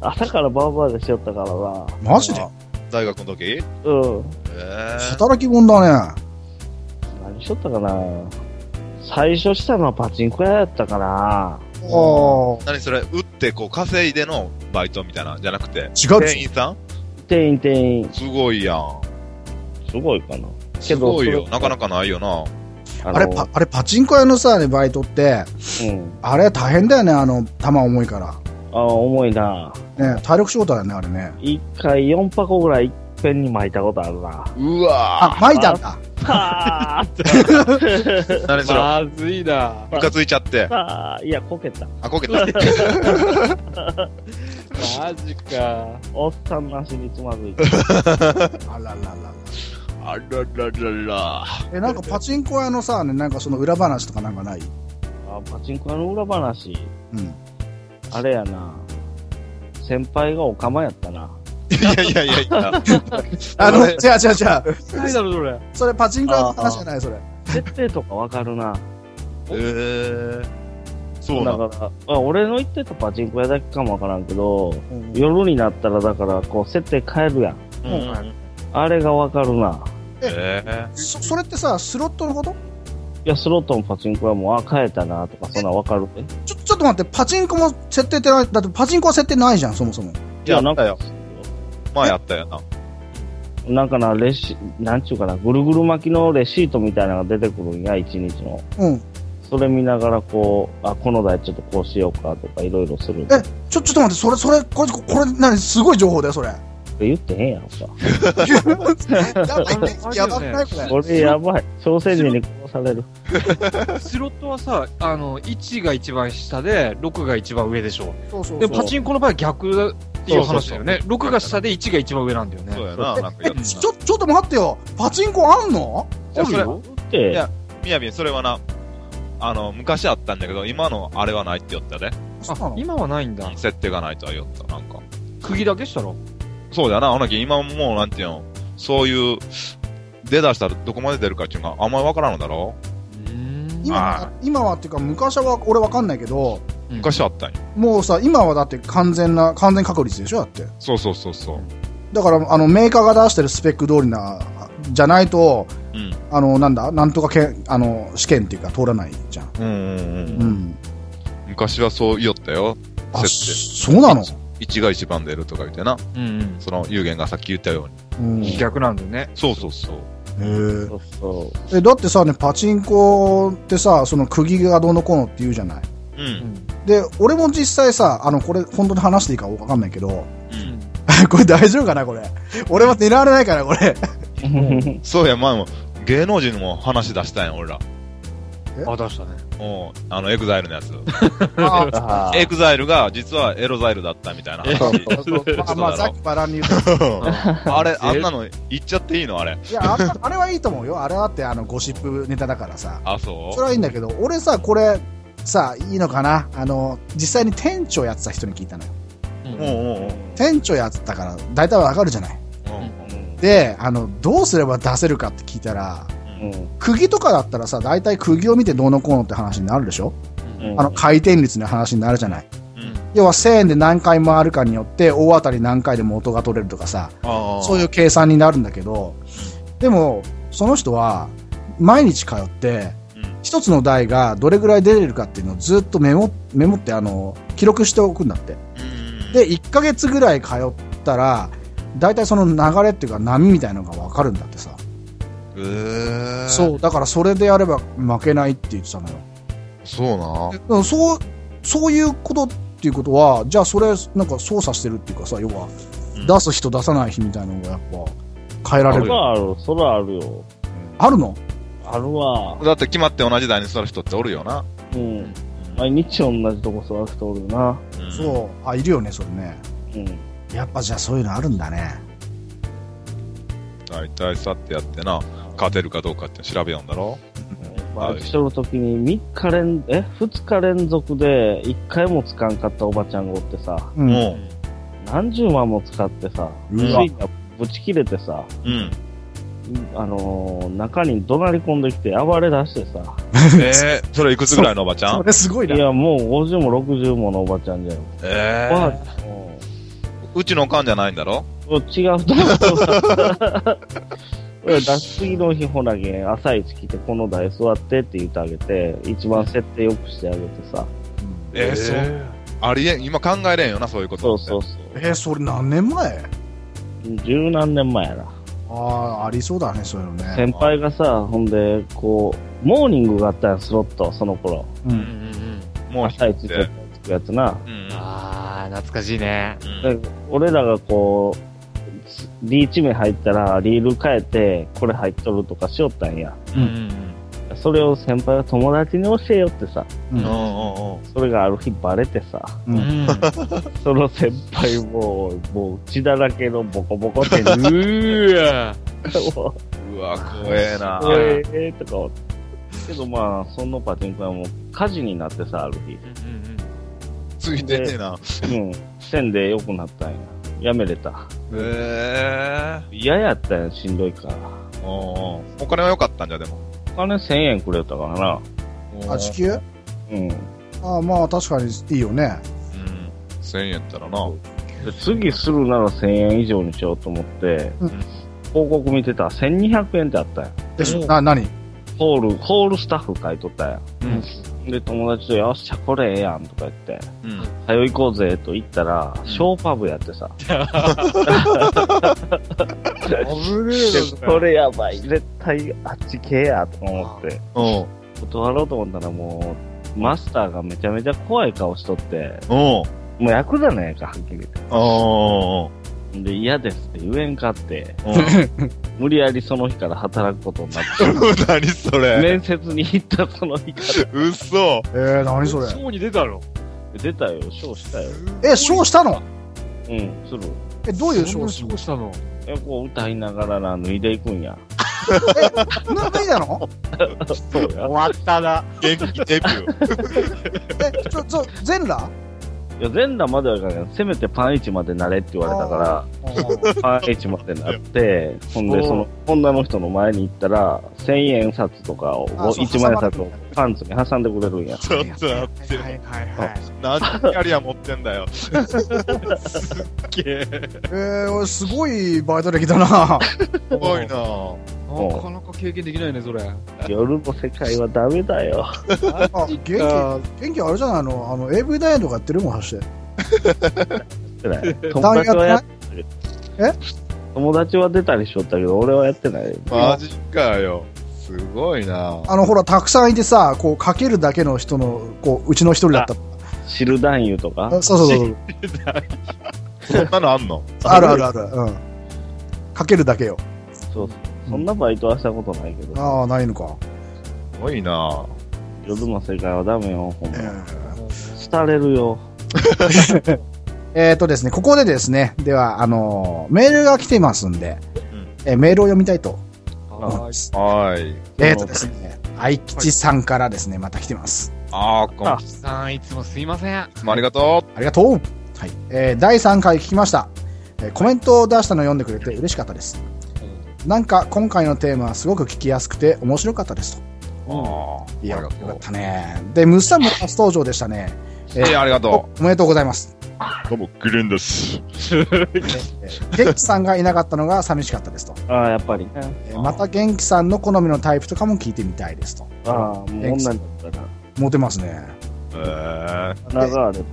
[SPEAKER 4] 朝からバーバーでしよったからな。
[SPEAKER 2] マジで
[SPEAKER 5] 大学の時え
[SPEAKER 4] うん。
[SPEAKER 5] え
[SPEAKER 2] 働き者だね。
[SPEAKER 4] 何しよったかな。最初したのはパチンコ屋やったかな。
[SPEAKER 2] お
[SPEAKER 5] 何それ打ってこう稼いでのバイトみたいなじゃなくて。
[SPEAKER 2] 違うで
[SPEAKER 5] 店
[SPEAKER 2] し
[SPEAKER 5] 員さん
[SPEAKER 4] 店員店員。
[SPEAKER 5] すごいやん。
[SPEAKER 4] すごいかな。
[SPEAKER 5] すごいよ。
[SPEAKER 4] けど
[SPEAKER 5] なかなかないよな。
[SPEAKER 4] あ
[SPEAKER 2] ょ。あれパ、あれパチンコ屋のさ、バイトって、
[SPEAKER 4] うん。
[SPEAKER 2] あれ大変だよね、あの、球重いから。
[SPEAKER 4] ああ、重いな。
[SPEAKER 2] ねえ体力仕事だよね、あれね。
[SPEAKER 4] 一回4箱ぐらいいっぺんに巻いたことあ るな。
[SPEAKER 5] うわ
[SPEAKER 2] あ、巻いたんだ。
[SPEAKER 4] パーって。
[SPEAKER 5] ぁ。何それ
[SPEAKER 3] まずいな。
[SPEAKER 5] ムカついちゃって。
[SPEAKER 4] パー。いや、こけた。
[SPEAKER 5] あ、こ けた。
[SPEAKER 3] マジか。
[SPEAKER 4] おっさんの足につまずいて。
[SPEAKER 2] あらららら。
[SPEAKER 5] あらららら。
[SPEAKER 2] え、なんかパチンコ屋のさ、ね、なんかその裏話とかなんかない
[SPEAKER 4] あパチンコ屋の裏話。
[SPEAKER 2] うん。
[SPEAKER 4] あれやな。先輩がオカマやったな。
[SPEAKER 5] いやいやいやいや。
[SPEAKER 2] あの、違う違う違う。
[SPEAKER 3] 何だろ、それ。
[SPEAKER 2] それパチンコ屋の話じゃない、それ。
[SPEAKER 4] 設定とかわかるな。
[SPEAKER 5] えー、そうな
[SPEAKER 4] だ
[SPEAKER 5] んだ。
[SPEAKER 4] から、あ俺の行ってたパチンコ屋だけかもわからんけど、
[SPEAKER 2] うん
[SPEAKER 4] 夜になったらだから、こう、設定変えるやん。
[SPEAKER 5] うん
[SPEAKER 4] あれがわかるな。
[SPEAKER 5] え
[SPEAKER 2] そそれってさ、スロットのこと
[SPEAKER 4] いや、スロットのパチンコ屋も、あ、変えたな、とか、そんなんわかるで。
[SPEAKER 2] ちょ、ちょっと待って、パチンコも設定ってない、だってパチンコは設定ないじゃん、そもそも。
[SPEAKER 5] ー、やった
[SPEAKER 4] なん
[SPEAKER 5] よ。
[SPEAKER 4] か、
[SPEAKER 5] まあやったよな。
[SPEAKER 4] なんかな、レシ、なんちゅうかな、ぐるぐる巻きのレシートみたいなのが出てくるんや、一日の。
[SPEAKER 2] うん。
[SPEAKER 4] それ見ながら、こう、あ、この台ちょっとこうしようか、とか、いろいろする。
[SPEAKER 2] え、ちょ、ちょっと待って、それ、それ、これ、これ、何、すごい情報だよ、そ れ。
[SPEAKER 4] 言ってへんやろか。
[SPEAKER 2] やばいねやばくないこれ。
[SPEAKER 4] これやばい。朝鮮人に殺される。
[SPEAKER 3] スロットはさ、あの、1が一番下で、6が一番上でしょ。
[SPEAKER 2] そうそう
[SPEAKER 3] で、
[SPEAKER 2] そう。
[SPEAKER 3] パチンコの場合は逆だっていう話だよね。6が下で1が一番上なんだよ
[SPEAKER 5] そう
[SPEAKER 3] ね。
[SPEAKER 5] やな。なんか
[SPEAKER 2] え
[SPEAKER 5] やっ、
[SPEAKER 2] ちょ、ちょっと待ってよ。パチンコあんの
[SPEAKER 5] じゃあそれ、
[SPEAKER 4] って、
[SPEAKER 5] いやみやびん、それはな、あの、昔あったんだけど、今のあれはないって言ったね。
[SPEAKER 2] そうな
[SPEAKER 3] あ
[SPEAKER 2] の、
[SPEAKER 3] 今はないんだ。
[SPEAKER 5] 設定がないとは言った、なんか。
[SPEAKER 3] 釘だけしたら
[SPEAKER 5] そうだよな、ほなき今もうなんていうの、そういう、出だしたらどこまで出るかっていうのがあんまりわからんのだろ
[SPEAKER 2] 今は
[SPEAKER 5] は、
[SPEAKER 2] 今はっていうか、昔は俺わかんないけど、
[SPEAKER 5] 昔あったんよ。
[SPEAKER 2] もうさ、今はだって完全な、完全確率でしょだって。
[SPEAKER 5] そうそうそうそう。
[SPEAKER 2] だから、あの、メーカーが出してるスペック通りな、じゃないと、
[SPEAKER 5] うん。
[SPEAKER 2] あの、なんだ、なんとかけんあの、試験っていうか通らないじゃん。
[SPEAKER 5] うんうんうん。
[SPEAKER 2] うん。
[SPEAKER 5] 昔はそう言おったよ。
[SPEAKER 2] あ、
[SPEAKER 5] 設
[SPEAKER 2] そうなの
[SPEAKER 5] 定。1が一番出るとか言ってな。
[SPEAKER 3] うん
[SPEAKER 5] その、有言がさっき言ったように。
[SPEAKER 2] うん。
[SPEAKER 3] うん。
[SPEAKER 2] へ
[SPEAKER 3] 逆なんだよね。
[SPEAKER 5] そうそうそう。
[SPEAKER 2] え
[SPEAKER 4] そうそ
[SPEAKER 2] えだってさねパチンコってさその釘がどうのこうのって言うじゃない
[SPEAKER 5] うん。
[SPEAKER 2] で俺も実際さあのこれ本当に話していいか分かんないけど
[SPEAKER 5] うん。
[SPEAKER 2] これ大丈夫かなこれ俺は狙われないからこ れ
[SPEAKER 4] う。
[SPEAKER 5] そうや、前も、芸能人も話出したんや、俺ら。
[SPEAKER 3] あ、出したね。
[SPEAKER 5] うん。あの、エグザイルのやつ。
[SPEAKER 2] あ
[SPEAKER 4] あ
[SPEAKER 5] エグザイルが、実はエロザイルだったみたいな話。
[SPEAKER 2] ーまあまあざっくばらんに言うと
[SPEAKER 5] あれ、あんなの言っちゃっていいのあれ。
[SPEAKER 2] いやあんなあれはいいと思うよあれはってあのゴシップネタだからさ
[SPEAKER 5] あ、そ
[SPEAKER 2] そうれはいいんだけど俺さこれさいいのかなあの実際に店長やってた人に聞いたのよ
[SPEAKER 5] うんうんうん。
[SPEAKER 2] 店長やってたから大体わかるじゃない
[SPEAKER 5] うん
[SPEAKER 2] であのどうすれば出せるかって聞いたら
[SPEAKER 4] うんうん
[SPEAKER 2] 釘とかだったらさ、大体釘を見てどうのこうのって話になるでしょ、
[SPEAKER 4] うん
[SPEAKER 2] あの回転率の話になるじゃない。
[SPEAKER 5] うん
[SPEAKER 2] 要は1000円で何回回るかによって大当たり何回でも元が取れるとかさ、
[SPEAKER 5] ああ。
[SPEAKER 2] そういう計算になるんだけど、でも、その人は毎日通って
[SPEAKER 5] うん、
[SPEAKER 2] 一つの台がどれぐらい出れるかっていうのをずっとメモ、メモってあの、記録しておくんだって。
[SPEAKER 5] うん
[SPEAKER 2] で、1ヶ月ぐらい通ったら、大体その流れっていうか波みたいのがわかるんだってさ。
[SPEAKER 5] えー、
[SPEAKER 2] そう、だからそれでやれば負けないって言ってたのよ。
[SPEAKER 5] そうな
[SPEAKER 2] だからそう、そういうことっていうことは、じゃあそれ、なんか操作してるっていうかさ、要は、
[SPEAKER 5] うん
[SPEAKER 2] 出す人出さない日みたいなのがやっぱ、変えられ
[SPEAKER 4] そ
[SPEAKER 2] る。
[SPEAKER 4] らある、そらあるよ。
[SPEAKER 2] あるの
[SPEAKER 4] あるわ。
[SPEAKER 5] だって決まって同じ台に座る人っておるよな。
[SPEAKER 4] うん。
[SPEAKER 5] うん
[SPEAKER 4] 毎日同じとこ座る人おるよな。
[SPEAKER 5] うん
[SPEAKER 2] そう。あ、いるよね、それね。
[SPEAKER 4] うん。
[SPEAKER 2] やっぱじゃあそういうのあるんだね。
[SPEAKER 5] 大体さってやってな、勝てるかどうかって調べようんだろ
[SPEAKER 4] バイトしとるときに3日連、え、2日連続で1回もつかんかったおばちゃんがおってさ、
[SPEAKER 2] う。
[SPEAKER 5] うんん。
[SPEAKER 4] 何十万も使ってさ、つ
[SPEAKER 2] う
[SPEAKER 4] い
[SPEAKER 2] わ
[SPEAKER 4] にはぶち切れてさ、
[SPEAKER 5] うん。
[SPEAKER 4] あのー中に怒鳴り込んできて暴れ出してさ、
[SPEAKER 5] えー、それいくつぐらいのおばちゃ
[SPEAKER 2] そ
[SPEAKER 5] ん
[SPEAKER 2] れすごい
[SPEAKER 4] い
[SPEAKER 2] な。
[SPEAKER 4] や、もう50も60ものおばちゃんじゃよ。
[SPEAKER 5] え
[SPEAKER 4] おばあ
[SPEAKER 5] ー、
[SPEAKER 4] ちゃんも
[SPEAKER 5] うちのおかんじゃないんだろ
[SPEAKER 4] う違うと思 う。いや脱水の日ほなげん、朝一来てこの台座ってって言ってあげて、一番設定良くしてあげてさ、
[SPEAKER 5] えー、そう。ありえん、今考えれんよな、そういうこ
[SPEAKER 4] そ
[SPEAKER 5] と。。
[SPEAKER 4] うそううそう。
[SPEAKER 2] えー、それ何年前
[SPEAKER 4] 十何年前やな。
[SPEAKER 2] ああ、ありそうだね、そういうのね。
[SPEAKER 4] 先輩がさ、ほんで、こう、モーニングがあったやん、スロット、その頃。
[SPEAKER 2] う。
[SPEAKER 3] うんんうん。
[SPEAKER 5] もう
[SPEAKER 4] 朝
[SPEAKER 5] 引い。
[SPEAKER 4] 一ちょってとつくやつな。
[SPEAKER 5] うん。
[SPEAKER 3] ああ、懐かしいね。
[SPEAKER 5] うん
[SPEAKER 4] で俺らがこう、リーチ目入ったら、リール変えて、これ入っとるとかしよったんや。
[SPEAKER 5] うん。
[SPEAKER 4] それを先輩が友達に教えよってさ、
[SPEAKER 2] う
[SPEAKER 5] うんうん
[SPEAKER 2] ん。
[SPEAKER 5] うん
[SPEAKER 4] それがある日バレてさ、
[SPEAKER 2] うん
[SPEAKER 3] ん。
[SPEAKER 4] その先輩もう、もう血だらけのボコボコって、
[SPEAKER 3] う ーわ。
[SPEAKER 4] もう
[SPEAKER 5] うん。うわ、怖えな。
[SPEAKER 4] おいえーとか思って。けどまあ、そのパチンコ屋も火事になってさ、ある日。
[SPEAKER 5] ついてねえな。
[SPEAKER 4] うん。線で良くなったんや。やめれた。
[SPEAKER 5] え
[SPEAKER 4] 嫌やったんや、しんどいから。
[SPEAKER 5] えー。おうん。お金は良かったんじゃ、でも。
[SPEAKER 4] お金1000円くれたからな。
[SPEAKER 2] あ、時給
[SPEAKER 4] うん。で
[SPEAKER 2] ああ、まあ確かにいいよね。
[SPEAKER 5] うん。1000円やったらな。
[SPEAKER 4] 次するなら1000円以上にしようと思って、
[SPEAKER 2] うん
[SPEAKER 4] 広告見てたら1200円ってあったんや。
[SPEAKER 2] でしょ。な、何
[SPEAKER 4] ホール、ホールスタッフ買い取ったんや。
[SPEAKER 5] うん
[SPEAKER 4] で、友達と、よっしゃ、これええやんとか言って、
[SPEAKER 5] うん。
[SPEAKER 4] 早よ行こうぜと言ったら、
[SPEAKER 5] ん
[SPEAKER 4] ショーパブやってさ。
[SPEAKER 3] 危ねえ
[SPEAKER 4] でこれやばい、絶対あっち系やと思って、
[SPEAKER 5] うん。
[SPEAKER 4] 断ろうと思ったらもう、マスターがめちゃめちゃ怖い顔しとって、
[SPEAKER 5] うん。
[SPEAKER 4] もう役じゃねえか、はっきり言って。
[SPEAKER 5] あ
[SPEAKER 4] で、嫌ですって言えんかって、
[SPEAKER 5] あ。うん。
[SPEAKER 4] 無理やりその日から働くことになって、
[SPEAKER 5] 何それ。
[SPEAKER 4] 面接に行ったその日か
[SPEAKER 5] 嘘。
[SPEAKER 2] えー、何それ。
[SPEAKER 3] そうに出たろ。
[SPEAKER 4] ら、出たよ、賞したよ。
[SPEAKER 2] え、賞したの
[SPEAKER 4] うん、する。
[SPEAKER 2] え、どういう賞す
[SPEAKER 3] そ
[SPEAKER 2] る
[SPEAKER 3] んなしたの
[SPEAKER 4] え、こう歌いながらな、脱いでいくんや。
[SPEAKER 2] のなんかいいだろ
[SPEAKER 4] そうや。
[SPEAKER 3] わったな。
[SPEAKER 5] 元気デビュー。
[SPEAKER 2] え、ちょ、ちょ、全裸
[SPEAKER 4] いや、全裸まではいかない。せめてパンイチまでなれって言われたか
[SPEAKER 2] あー
[SPEAKER 4] ら、パンイチまでな って、ほんで、その、女の人の前に行ったら、1000円札とかを、
[SPEAKER 2] あそう
[SPEAKER 4] 1万円札をパンツに挟んでくれるんや。
[SPEAKER 5] ちょっと待って。
[SPEAKER 2] はいはいはい。
[SPEAKER 5] 何キャリア持ってんだよ。すっげえ。
[SPEAKER 2] えー、俺すごいバイト歴だな。
[SPEAKER 5] すごいな
[SPEAKER 3] なかなか経験できないね、それ。
[SPEAKER 4] 夜の世界はダメだよ。
[SPEAKER 2] あ元気、元気あれじゃないのあの、AV ダイエットがやってるもん、走って。
[SPEAKER 4] ってない 友
[SPEAKER 2] 団員
[SPEAKER 4] 達はや
[SPEAKER 2] やっ
[SPEAKER 4] って友達は出たりしよったけど、俺はやってない。
[SPEAKER 5] マジかよ。すごいな
[SPEAKER 2] あの、ほら、たくさんいてさ、こう、かけるだけの人の、こう、うちの一人だった。
[SPEAKER 4] 知る男優とか、
[SPEAKER 2] あそうそうそう。
[SPEAKER 5] そんなのあんの
[SPEAKER 2] あるあるある。うん。かけるだけよ。
[SPEAKER 4] そうそんなバイトはしたことないけど、
[SPEAKER 2] ああ、ないのか。
[SPEAKER 5] すごいな
[SPEAKER 4] 夜の世界はダメよ、ほん
[SPEAKER 2] え
[SPEAKER 4] ま。
[SPEAKER 2] ー
[SPEAKER 4] 廃れるよ。
[SPEAKER 2] えーとですね、ここでですね、では、あのーメールが来てますんで、
[SPEAKER 5] ん
[SPEAKER 2] えーメールを読みたいと思い
[SPEAKER 3] は
[SPEAKER 2] ま
[SPEAKER 3] い。
[SPEAKER 2] す。
[SPEAKER 5] はーい。
[SPEAKER 2] えーとですね、愛吉さんからですね、また来てます。
[SPEAKER 5] ああ、こんい
[SPEAKER 3] さん、いつもすいません。
[SPEAKER 5] つもありがと
[SPEAKER 2] ありがとう、はいえー第3回聞きました、えーコメントを出したのを読んでくれて嬉しかったですなんか今回のテーマはすごく聞きやすくて面白かったです
[SPEAKER 5] う。ああ、あ
[SPEAKER 2] とい
[SPEAKER 5] り
[SPEAKER 2] やよ
[SPEAKER 5] が
[SPEAKER 2] か
[SPEAKER 5] と
[SPEAKER 2] ったねでムッサンも初登場でしたね
[SPEAKER 5] う。え、ありがと
[SPEAKER 2] おめでとうございます
[SPEAKER 5] う。どうも、グレンです。
[SPEAKER 2] えー元気さんがいなかったのが 寂しかったですと、
[SPEAKER 4] ああ、やっぱりね。
[SPEAKER 2] えーまた元気さんの好みのタイプとかも聞いてみたいですと
[SPEAKER 4] ああ、もう女になったら、
[SPEAKER 2] モテます ね
[SPEAKER 5] えー、
[SPEAKER 4] 花があれば。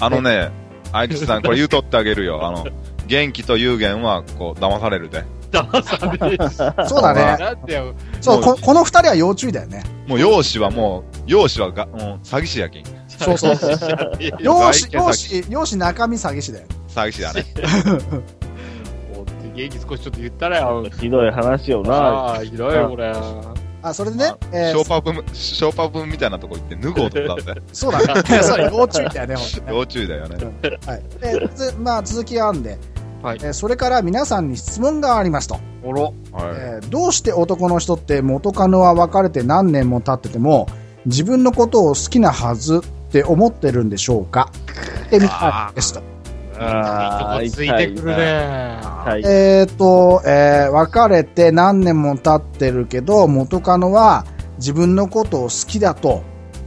[SPEAKER 5] あのね、愛知さん、これ言うとってあげるよ。あの、元気と有限は、こう、騙されるで。
[SPEAKER 3] 騙される。
[SPEAKER 2] そうだね
[SPEAKER 3] なんだよ。
[SPEAKER 2] そうここの2人は要注意だよね
[SPEAKER 5] もう、容姿はもう、容姿はが、もう、詐欺師やきん。
[SPEAKER 2] そうそう容姿容姿容姿中身詐欺師だよ
[SPEAKER 5] 詐欺師だね。
[SPEAKER 3] 元気少しちょっと言ったらよ。
[SPEAKER 4] ひどい話よな。
[SPEAKER 3] ああ、ひどい、これ。
[SPEAKER 2] あ、それでね、え
[SPEAKER 5] ショー
[SPEAKER 2] ー、
[SPEAKER 5] パブン、ショーパブンみたいなとこ行って脱ごうと思ったんだよ。
[SPEAKER 2] そう だね。そうだね、要注意だよね、ほんとね
[SPEAKER 5] 要注意だよね。
[SPEAKER 2] はい、でつまあ、続きがあるんで、
[SPEAKER 3] はい
[SPEAKER 2] えーそれから皆さんに質問がありますと、
[SPEAKER 3] おろ。
[SPEAKER 5] はい。
[SPEAKER 2] えーどうして男の人って元カノは別れて何年も経ってても自分のことを好きなはずって思ってるんでしょうかってみたいですと。
[SPEAKER 4] あー
[SPEAKER 3] いいとこついてくるね。
[SPEAKER 4] はい。
[SPEAKER 2] えっと、えー別れて何年も経ってるけど元カノは自分のことを好きだと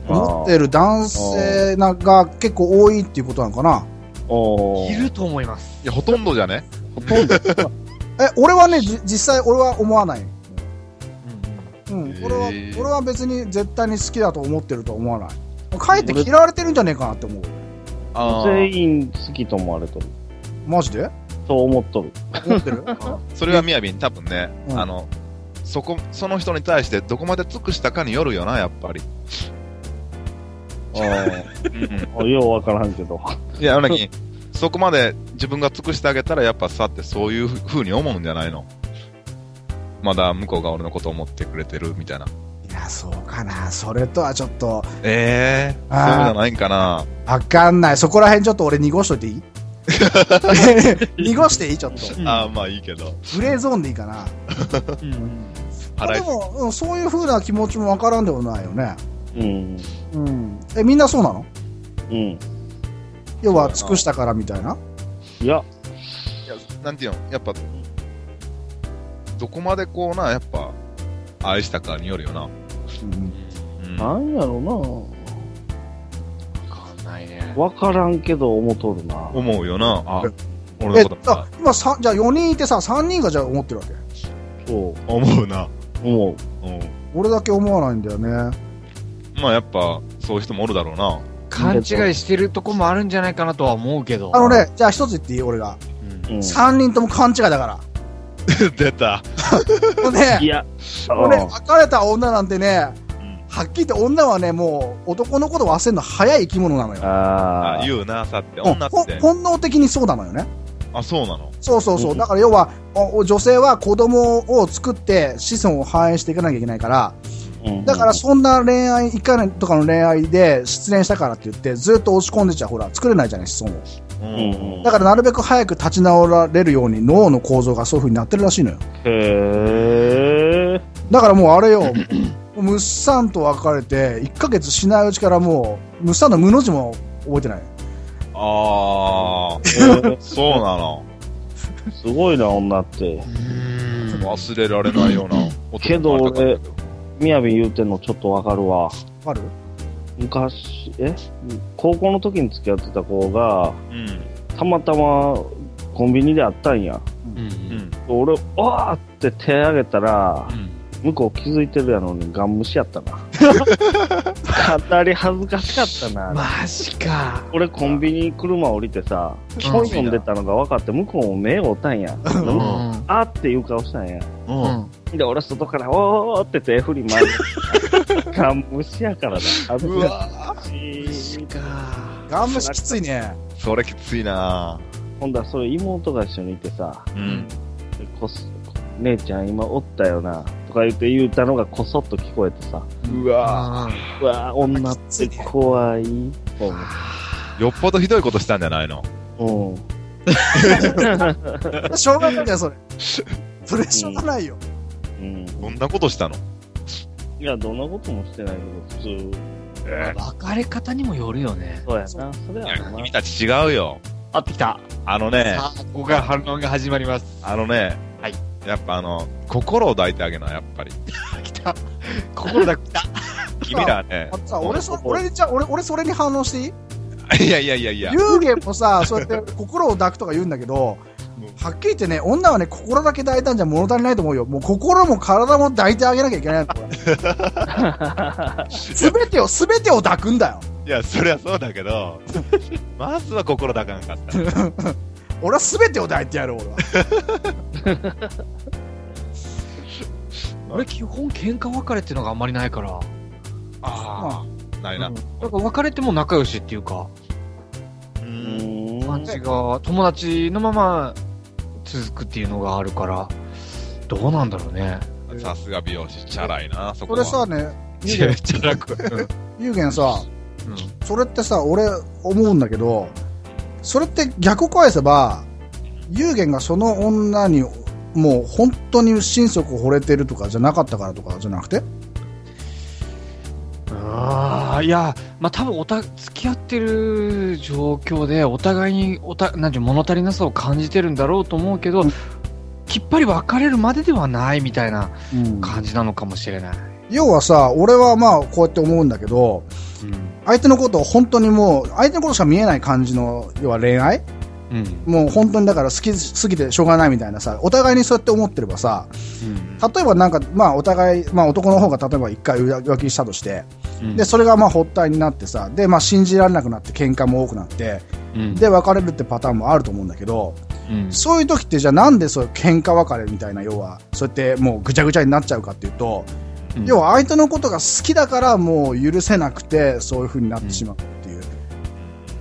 [SPEAKER 2] 思ってる男性なんかが結構多いっていうことなのかな
[SPEAKER 4] お
[SPEAKER 3] い
[SPEAKER 4] ー
[SPEAKER 3] ると思います。
[SPEAKER 5] いや、ほとんどじゃね
[SPEAKER 2] ほとんどえ俺はねじ実際俺は思わないうん、俺は、
[SPEAKER 5] へー
[SPEAKER 2] 俺は別に絶対に好きだと思ってるとは思わない。帰って嫌われてるんじゃねえかなって思う。
[SPEAKER 5] あー
[SPEAKER 4] 全員好きと思われとる。
[SPEAKER 2] マジで
[SPEAKER 4] そう思っとる。
[SPEAKER 2] 思ってる
[SPEAKER 5] それはみやびに多分ね、
[SPEAKER 2] うん
[SPEAKER 5] あの、そこ、その人に対してどこまで尽くしたかによるよな、やっぱり。うん
[SPEAKER 4] あようわからんけど。
[SPEAKER 5] いや、なき、そこまで自分が尽くしてあげたら、やっぱさってそういう風に思うんじゃないのまだ向こうが俺のこと思ってくれてるみたいな。
[SPEAKER 2] いや、そうかな。それとはちょっと、
[SPEAKER 5] ええ
[SPEAKER 2] あー
[SPEAKER 5] そういうのじゃないんかな
[SPEAKER 2] わかんない。そこら辺ちょっと俺濁しといてい い濁していいちょっと。
[SPEAKER 5] ああ、まあいいけど。
[SPEAKER 2] グレーゾーンでいいかな。
[SPEAKER 3] うんうん
[SPEAKER 2] まあ
[SPEAKER 5] 払
[SPEAKER 2] で
[SPEAKER 5] い。
[SPEAKER 2] も、うん、そういう風な気持ちもわからんでもないよね。
[SPEAKER 4] うん。
[SPEAKER 2] うん。え、みんなそうなの
[SPEAKER 4] うん。
[SPEAKER 2] 要は、尽くしたからみたいな。
[SPEAKER 4] いや、
[SPEAKER 5] いやなんていうのやっぱ、どこまでこうな、やっぱ、愛したかによるよな。
[SPEAKER 2] うん
[SPEAKER 5] うん
[SPEAKER 4] なんやろ
[SPEAKER 3] わかんないね
[SPEAKER 4] な。。わからんけど思っとるな。
[SPEAKER 5] 思うよな。あ
[SPEAKER 2] うん、
[SPEAKER 5] 俺
[SPEAKER 2] え
[SPEAKER 5] のこと、さ、
[SPEAKER 2] あ今さ、じゃあ4人いてさ、3人がじゃあ思ってるわけ。
[SPEAKER 4] そ
[SPEAKER 5] 思うな。
[SPEAKER 4] う。思う。
[SPEAKER 5] うん。
[SPEAKER 2] 俺だけ思わないんだよね。
[SPEAKER 5] まあやっぱ、そういう人もおるだろうな。
[SPEAKER 3] 勘違いしてるとこもあるんじゃないかなとは思うけど。
[SPEAKER 2] あのね、じゃあ一つ言っていい俺が。
[SPEAKER 3] うん。
[SPEAKER 4] うん、
[SPEAKER 2] 三人とも勘違いだか
[SPEAKER 5] 出た。
[SPEAKER 2] ら。もう
[SPEAKER 4] い
[SPEAKER 2] ね、
[SPEAKER 4] や、
[SPEAKER 2] もうね、別れた女なんてね
[SPEAKER 5] うん、
[SPEAKER 2] はっきり言って女はね、もう男のこと忘れるの早い生き物なのよ。
[SPEAKER 4] あ
[SPEAKER 5] あ
[SPEAKER 4] あ、
[SPEAKER 5] 言うな、さって。
[SPEAKER 2] うん
[SPEAKER 5] 女っ
[SPEAKER 2] ほ
[SPEAKER 5] て。
[SPEAKER 2] 本能的にそうなのよね。
[SPEAKER 5] あ、そうなの。
[SPEAKER 2] そうそうそうう。
[SPEAKER 4] ん
[SPEAKER 2] だから要は、お女性は子供を作って子孫を繁栄していかなきゃいけないから、
[SPEAKER 4] うん
[SPEAKER 2] だからそんな恋愛、いかにとかの恋愛で失恋したからって言って、ずっと落ち込んでちゃほら、作れないじゃない、子孫を。
[SPEAKER 5] う
[SPEAKER 4] うん
[SPEAKER 2] だからなるべく早く立ち直られるように脳の構造がそういう風になってるらしいのよ。
[SPEAKER 4] へ え。
[SPEAKER 2] だからもうあ れよ、もうムッサンと別れて、1ヶ月しないうちからもう、ムッサンの無の字も覚えてない。
[SPEAKER 4] へ
[SPEAKER 5] あ
[SPEAKER 4] ー
[SPEAKER 5] あ、そうなの。
[SPEAKER 4] すごいな、女って。
[SPEAKER 5] 忘れられないような男
[SPEAKER 4] けど
[SPEAKER 5] になりたかったけど
[SPEAKER 4] みやび言うてんのちょっとわかるわ。
[SPEAKER 2] わかる
[SPEAKER 4] 昔、え高校の時に付き合ってた子が、たまたまコンビニで会ったんや。
[SPEAKER 3] う。
[SPEAKER 5] うん。うんん。
[SPEAKER 4] 俺、わーって手挙げたら
[SPEAKER 5] う、ん。
[SPEAKER 4] 向こう気づいてるやのにガン無視やったな。かなり恥ずかしかったな。
[SPEAKER 3] マジか。
[SPEAKER 4] 俺コンビニ車降りてさ、
[SPEAKER 3] 気
[SPEAKER 4] 本読んでたのが分かって向こうも目を追ったんや。
[SPEAKER 3] うん。
[SPEAKER 4] あーっていう顔したんや。
[SPEAKER 3] う
[SPEAKER 5] うん
[SPEAKER 3] ん。
[SPEAKER 4] で、俺外から、おーって手振り回る。ガン無視やからな。恥ず
[SPEAKER 5] う
[SPEAKER 4] か
[SPEAKER 5] わ
[SPEAKER 4] しい。
[SPEAKER 3] か。
[SPEAKER 2] ガンムシきついね。
[SPEAKER 5] それきついな
[SPEAKER 4] 今度はそれ妹が一緒にいてさ、
[SPEAKER 5] うん。
[SPEAKER 4] こす姉ちゃん今おったよな、とか言って言うたのがこそっと聞こえてさ、
[SPEAKER 5] うわ
[SPEAKER 3] あ
[SPEAKER 4] うわぁ、女って怖い。うん。
[SPEAKER 5] よっぽどひどいことしたんじゃないの
[SPEAKER 4] うん。
[SPEAKER 2] しょうがないんだよ、それ。それしょうがないよ。
[SPEAKER 4] うん。
[SPEAKER 5] どんなことしたの
[SPEAKER 4] いや、どんなこともしてないけど、普通。
[SPEAKER 5] え
[SPEAKER 3] あ。別れ方にもよるよね。
[SPEAKER 4] そうやな。それはな。
[SPEAKER 5] 君たち違うよ。
[SPEAKER 3] あってきた。
[SPEAKER 5] あのね、
[SPEAKER 3] さあ、ここから反論が始まります。
[SPEAKER 5] あのね、
[SPEAKER 3] はい
[SPEAKER 5] やっぱあの、心を抱いてあげな、やっぱり。
[SPEAKER 3] 来た。心だ、来た。
[SPEAKER 5] 君 らね
[SPEAKER 2] あ、とさ、俺そ、俺にじゃあ、俺、俺それに反応していい
[SPEAKER 5] いやいやいやいや、
[SPEAKER 2] 幽玄もさ、そうやって心を抱くとか言うんだけど、はっきり言ってね、女はね、心だけ抱いたんじゃ物足りないと思うよ。もう心も体も抱いてあげなきゃいけない の。すべてを、すべてを抱くんだよ。
[SPEAKER 5] いや、そりゃそうだけど、 まずは心抱かなかった。
[SPEAKER 2] 俺はすべてを抱いてやる、俺は。
[SPEAKER 3] 俺基本喧嘩別れっていうのがあんまりないから。
[SPEAKER 5] ああ、ないな。
[SPEAKER 3] なんか別れても仲良しっていうか、
[SPEAKER 4] う
[SPEAKER 5] う。
[SPEAKER 4] ん ん。
[SPEAKER 3] 感じが、友達のまま続くっていうのがあるから、どうなんだろうね。
[SPEAKER 5] さすが美容師、チャラいな、そこ
[SPEAKER 2] そ
[SPEAKER 5] は。
[SPEAKER 2] れさね、
[SPEAKER 5] チャラ、チャラく。うん
[SPEAKER 2] ゆうげんさ、それってさ、俺思うんだけど、それって逆を返せば、ゆうげんがその女に、もう本当に心底惚れてるとかじゃなかったからとかじゃなくて
[SPEAKER 3] ああ、いや、まあ多分おた、付き合ってる状況で、お互いにおた、なんていう物足りなさを感じてるんだろうと思うけど、きっぱり別れるまでではないみたいな
[SPEAKER 2] うん
[SPEAKER 3] 感じなのかもしれない。
[SPEAKER 2] 要はさ、俺はまあこうやって思うんだけど、
[SPEAKER 3] うん。
[SPEAKER 2] 相手のことを本当にもう、相手のことしか見えない感じの、要は恋愛
[SPEAKER 3] うん。
[SPEAKER 2] もう本当にだから好きすぎてしょうがないみたいなさ、お互いにそうやって思ってればさ、例えばなんか、まあお互い、まあ男の方が例えば一回浮気したとして、
[SPEAKER 3] うん
[SPEAKER 2] で、それがまあ発端になってさ、で、まあ信じられなくなって喧嘩も多くなって、
[SPEAKER 3] うん、
[SPEAKER 2] で、別れるってパターンもあると思うんだけど、
[SPEAKER 3] うん、
[SPEAKER 2] そういう時ってじゃあなんでそういう喧嘩別れみたいな、要は、そうやってもうぐちゃぐちゃになっちゃうかっていうと、
[SPEAKER 3] うん
[SPEAKER 2] 要は相手のことが好きだからもう許せなくて、そういう風になってしまうっていう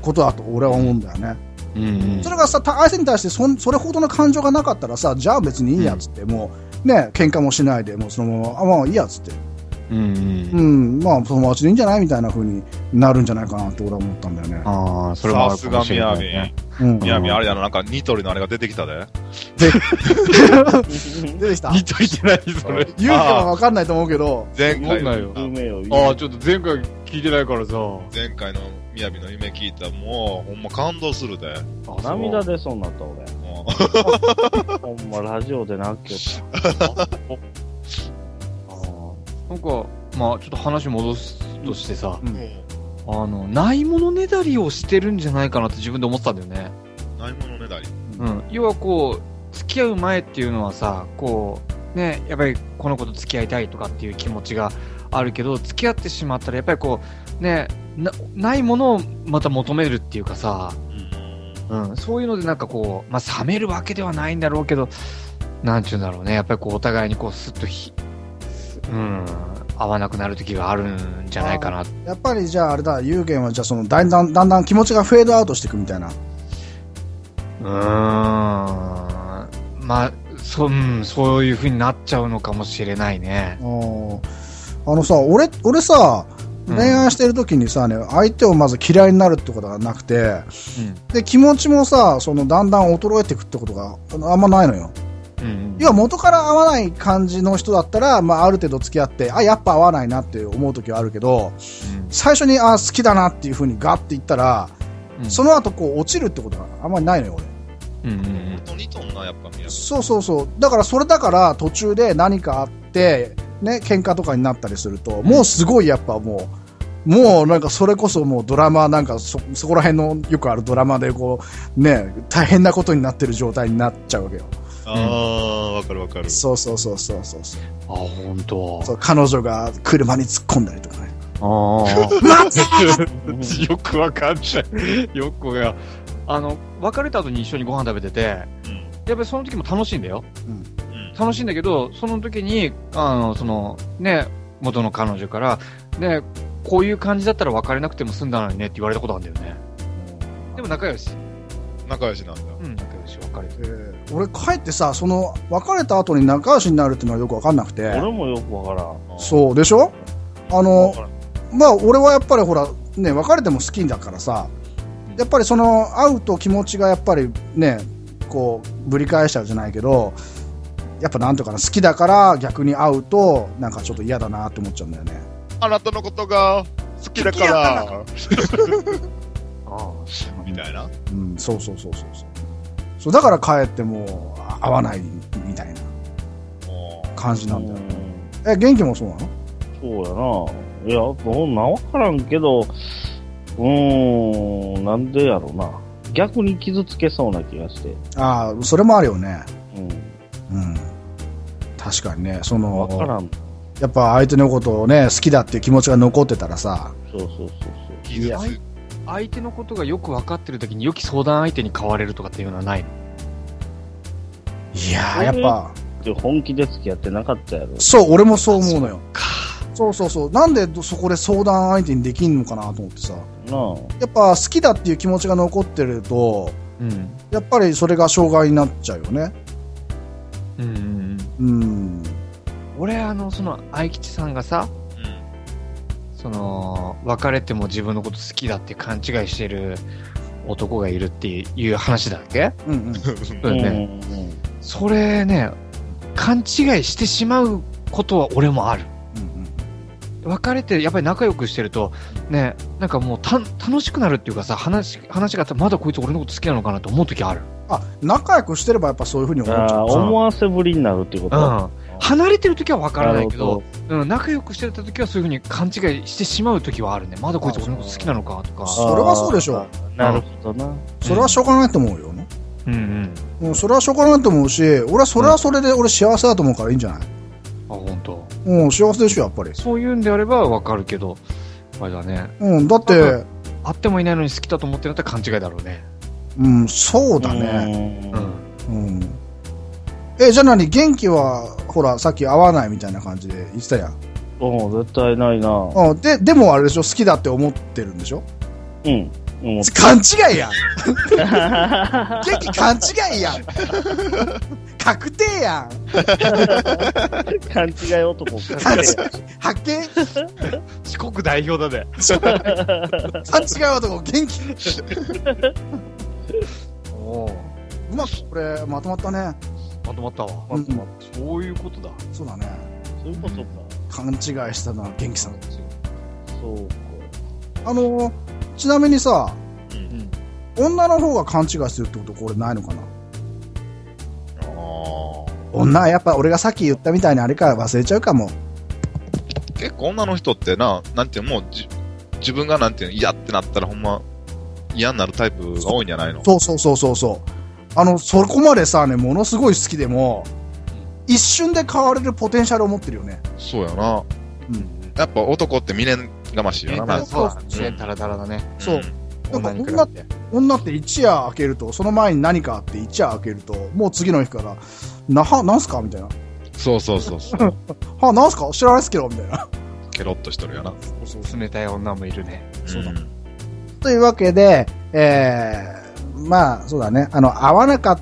[SPEAKER 2] ことだと俺は思うんだよね。
[SPEAKER 3] うんうん
[SPEAKER 2] それがさ、た相手に対してそんそれほどの感情がなかったらさ、じゃあ別にいいやっつって、もう、ね、喧嘩もしないで、もうそのまま、あ、まあいいやっつって、
[SPEAKER 3] うんうん
[SPEAKER 2] うん、まあ友達でいいんじゃないみたいな風になるんじゃないかなって俺は思ったんだよね。
[SPEAKER 3] ああ、それもあ
[SPEAKER 5] さ
[SPEAKER 3] る
[SPEAKER 5] す
[SPEAKER 3] か
[SPEAKER 5] が
[SPEAKER 3] もし
[SPEAKER 5] み
[SPEAKER 3] れな
[SPEAKER 5] や
[SPEAKER 3] い
[SPEAKER 5] び。
[SPEAKER 3] ね。
[SPEAKER 2] うん、
[SPEAKER 5] みやび、あれやな、なんかニトリのあれが出てきたで。
[SPEAKER 2] 出てきた。
[SPEAKER 5] ニトリじゃない、それ。
[SPEAKER 2] 言うかは分かんないと思うけど、
[SPEAKER 5] 前回の、
[SPEAKER 3] よ
[SPEAKER 4] 有名よ。
[SPEAKER 3] ああ、ちょっと前回聞いてないからさ。
[SPEAKER 5] 前回のみやびの夢聞いたらもう、ほんま感動するで。
[SPEAKER 4] 涙出そうになった俺。
[SPEAKER 5] も
[SPEAKER 4] ほんまラジオで泣きよっ
[SPEAKER 3] なんか、まあ、ちょっと話戻すとしてさ、
[SPEAKER 5] う も
[SPEAKER 3] あの、ないものねだりをしてるんじゃないかなって自分で思ってたんだよね。
[SPEAKER 5] う、ないものねだり。
[SPEAKER 3] うん。要はこう、付き合う前っていうのはさ、こう、ね、やっぱりこの子と付き合いたいとかっていう気持ちがあるけど、付き合ってしまったらやっぱりこう、ね、なないものをまた求めるっていうかさ、うん、そういうのでなんかこう、まあ、冷めるわけではないんだろうけど、なんちゅうんだろうね、やっぱりこう、お互いにこう、すっとひ、うん、合わなくなる時があるんじゃないかな。
[SPEAKER 2] やっぱりじゃああれだ、有限はじゃあそのだんだんだんだん気持ちがフェードアウトしていくみたいな。
[SPEAKER 3] うーん、まあ、そ、うん、そういう風になっちゃうのかもしれないね。
[SPEAKER 2] おーあのさ、俺、俺さ、
[SPEAKER 3] うん
[SPEAKER 2] 恋愛してる時にさね、相手をまず嫌いになるってことがなくて、で、気持ちもさ、そのだんだん衰えていくってことがあのあんまないのよ。
[SPEAKER 3] うん。うん。
[SPEAKER 2] 要は元から合わない感じの人だったら、まあある程度付き合って、あ、やっぱ合わないなって思う時はあるけど、最初に、あ、好きだなっていう風にガッて言ったら、
[SPEAKER 3] うん
[SPEAKER 2] その後こう落ちるってことがあんまりないのよ、俺。
[SPEAKER 3] うんうん
[SPEAKER 5] ほんとニトンな、やっぱみやび。
[SPEAKER 2] そうそうそう。だからそれだから途中で何かあって、ね、喧嘩とかになったりすると、もうすごいやっぱもう、もうなんかそれこそもうドラマなんかそ、そこら辺のよくあるドラマでこう、ね、大変なことになってる状態になっちゃうわけよ。
[SPEAKER 5] あー、わかるわかる。
[SPEAKER 2] そうそうそうそうそうそう。
[SPEAKER 3] あ、ほんと。
[SPEAKER 2] そう彼女が車に突っ込んだりとかね。
[SPEAKER 3] ああ。
[SPEAKER 4] た。
[SPEAKER 3] よくわかんない。よくが。あの、別れた後に一緒にご飯食べてて、やっぱりその時も楽しいんだよ。
[SPEAKER 2] うん
[SPEAKER 3] 楽しいんだけど、その時に、あの、その、ね、元の彼女から、ね、こういう感じだったら別れなくても済んだのにねって言われたことあるんだよね。でも仲良し。
[SPEAKER 5] 仲良しなんだ。
[SPEAKER 3] うん、仲良し、別れて。
[SPEAKER 2] 俺帰ってさ、その別れた後に仲良しになるっていうのはよくわかんなくて。
[SPEAKER 4] 俺もよくわからん。
[SPEAKER 2] そうでしょあの
[SPEAKER 4] わからん、
[SPEAKER 2] まあ俺はやっぱりほら、ね、別れても好きだからさ、やっぱりその会うと気持ちがやっぱりね、こう、ぶり返しちゃうじゃないけど、やっぱなんとかな、好きだから逆に会うと、なんかちょっと嫌だなって思っちゃうんだよね。
[SPEAKER 5] あなたのことが好きだから、
[SPEAKER 3] あ
[SPEAKER 5] みたいな。
[SPEAKER 2] うん、そうそうそうそうそう。そうだから帰ってもうあ会わないみたいな
[SPEAKER 5] も
[SPEAKER 2] 感じなんだよ。
[SPEAKER 4] うん
[SPEAKER 2] え、元気もそうなの
[SPEAKER 4] そうやな。いや、どんなわからんけど、うーん、なんでやろな。逆に傷つけそうな気がして。
[SPEAKER 2] ああ、それもあるよね。
[SPEAKER 4] うん。
[SPEAKER 2] うん。確かにね、その、
[SPEAKER 4] わからん。
[SPEAKER 2] やっぱ相手のことをね、好きだっていう気持ちが残ってたらさ、
[SPEAKER 4] そうそうそう
[SPEAKER 5] う傷つく。
[SPEAKER 3] 相手のことがよく分かってる時に良き相談相手に変われるとかっていうのはないの
[SPEAKER 2] いやー、やっぱ、
[SPEAKER 4] そう。で、本気で付き合ってなかったやろ。
[SPEAKER 2] そう、俺もそう思うのよ。そうそうそう。なんでそこで相談相手にできんのかなと思ってさ、
[SPEAKER 4] な
[SPEAKER 2] やっぱ好きだっていう気持ちが残ってると、
[SPEAKER 3] うん。
[SPEAKER 2] やっぱりそれが障害になっちゃうよね。
[SPEAKER 3] うんうんうん。
[SPEAKER 2] うん。
[SPEAKER 3] 俺、あの、その、愛吉さんがさ、
[SPEAKER 6] うん。
[SPEAKER 3] その、別れても自分のこと好きだって勘違いしてる男がいるっていう話だっけ
[SPEAKER 2] うんうん。
[SPEAKER 3] そうだよね。それね、勘違いしてしまうことは俺もある。別れてやっぱり仲良くしてるとねなんかもうた楽しくなるっていうかさ話話がまだこいつ俺のこと好きなのかなと思う時ある、
[SPEAKER 2] あ、仲良くしてればやっぱそういうふうに思っちゃ
[SPEAKER 4] あ
[SPEAKER 2] う
[SPEAKER 4] ー。思わせぶりになるっていうこ
[SPEAKER 3] う
[SPEAKER 4] と
[SPEAKER 3] ん、離れてる時は分からないけ
[SPEAKER 4] なる
[SPEAKER 3] ど
[SPEAKER 4] ほ
[SPEAKER 3] うん、仲良くしてた時はそういうふうに勘違いしてしまう時はあるねまだこいつ俺のこと好きなのかとか
[SPEAKER 2] あそれはそうでしょう
[SPEAKER 4] あーなるほどな。
[SPEAKER 2] それはしょうがないと思うよね。
[SPEAKER 3] うんうん
[SPEAKER 2] うん、それはしょうがないと思うし、俺はそれはそれで俺幸せだと思うからいいんじゃない
[SPEAKER 3] あ本当
[SPEAKER 2] うん、幸せでしょ、やっぱり。
[SPEAKER 3] そういうんであれば分かるけどあれだね
[SPEAKER 2] うん、だ
[SPEAKER 3] な
[SPEAKER 2] っ
[SPEAKER 3] ん
[SPEAKER 2] て、
[SPEAKER 3] 会ってもいないのに好きだと思ってるんだったら勘違いだろうね
[SPEAKER 2] うん、そうだね。
[SPEAKER 4] ね
[SPEAKER 3] うん
[SPEAKER 2] うん。え、じゃあ何元気は、ほら、さっき会わないみたいな感じで言ってたやん。
[SPEAKER 4] うん、絶対ないな。
[SPEAKER 2] うん、で、でもあれでしょ好きだって思ってるんでしょ
[SPEAKER 4] うん。 思っ
[SPEAKER 2] 勘 違いやん元気勘違いやん確定やん
[SPEAKER 4] た勘違い男。
[SPEAKER 2] 勘違い発見
[SPEAKER 3] 四国代表だね
[SPEAKER 2] 勘違い男元気
[SPEAKER 3] おお
[SPEAKER 2] うまくこれまとまったね
[SPEAKER 3] まとまったわ、
[SPEAKER 2] うん
[SPEAKER 3] そういうことだ
[SPEAKER 2] そうだね
[SPEAKER 4] そういうことか。
[SPEAKER 2] 勘違いしたのは元気さん
[SPEAKER 4] そうか。
[SPEAKER 2] あのちなみにさ
[SPEAKER 3] うん
[SPEAKER 2] 女の方が勘違いしてるってことこれないのかな
[SPEAKER 6] あ
[SPEAKER 2] 女はやっぱ俺がさっき言ったみたいにあれか忘れちゃうかも
[SPEAKER 6] あ。結構女の人ってな、なんていうのもうじ、自分がなんていうの嫌ってなったらほんま嫌になるタイプが多いんじゃないの
[SPEAKER 2] そうそうそうそうそうあのそこまでさねものすごい好きでも一瞬で変われるポテンシャルを持ってるよね
[SPEAKER 6] そうやな。
[SPEAKER 2] うん
[SPEAKER 6] やっぱ男って未練がましい
[SPEAKER 3] え
[SPEAKER 6] よ
[SPEAKER 3] ー、だ
[SPEAKER 6] な。
[SPEAKER 3] そうだねダラダラだね
[SPEAKER 2] そうなんか
[SPEAKER 3] 女に比べ
[SPEAKER 2] 女
[SPEAKER 3] て
[SPEAKER 2] 女って一夜明けるとその前に何かあって一夜明けるともう次の日から「なはなんすか?」みたいな
[SPEAKER 6] そうそうそう そう。
[SPEAKER 2] 「はなんすか知らないっすけど」みたいな。
[SPEAKER 6] ケロッとしとるよな。
[SPEAKER 3] 冷たい女もいるね。
[SPEAKER 2] そうだ
[SPEAKER 6] ん。
[SPEAKER 2] というわけで、えー、まあそうだねあの会わなかっ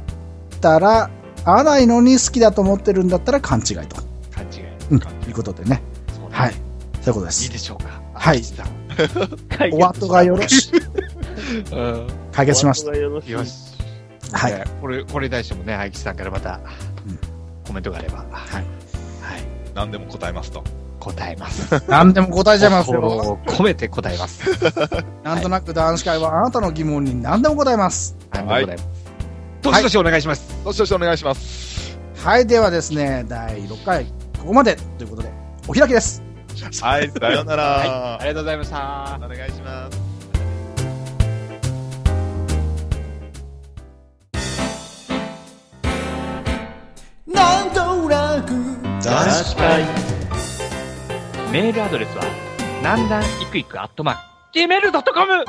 [SPEAKER 2] たら会わないのに好きだと思ってるんだったら勘違いと、
[SPEAKER 3] 勘違い。
[SPEAKER 2] うん、いうことでね
[SPEAKER 3] そうだ
[SPEAKER 2] はい
[SPEAKER 3] ね
[SPEAKER 2] そういうことで
[SPEAKER 3] いい
[SPEAKER 2] す
[SPEAKER 3] でしょうか。
[SPEAKER 2] はい
[SPEAKER 4] 解
[SPEAKER 2] お後がよろしい
[SPEAKER 3] うん。
[SPEAKER 2] 解決しまし
[SPEAKER 4] お
[SPEAKER 2] た
[SPEAKER 4] 後がよろしい
[SPEAKER 3] よし。
[SPEAKER 2] はい
[SPEAKER 3] ね。これ、これに対してもね、愛吉さんからまた
[SPEAKER 2] うん、
[SPEAKER 3] コメントがあれば、はい。はい。
[SPEAKER 6] 何でも答えますと。
[SPEAKER 3] 答えます。
[SPEAKER 2] 何でも答えちゃいます
[SPEAKER 3] 心
[SPEAKER 2] よ
[SPEAKER 3] を込めて答えます。
[SPEAKER 2] なんとなく男子会はあなたの疑問に何でも答えます
[SPEAKER 3] ありがとうございます。どしどしお願いします。
[SPEAKER 6] どしどしお願いします。
[SPEAKER 2] はいではですね第6回ここまでということでお開きです
[SPEAKER 6] はい、さようなら。
[SPEAKER 3] ありがとうございました。
[SPEAKER 6] お願いします。
[SPEAKER 1] なんとなく
[SPEAKER 4] 確かに。
[SPEAKER 3] メールアドレスは、なんだんいくいくアットマーク、gmail.com!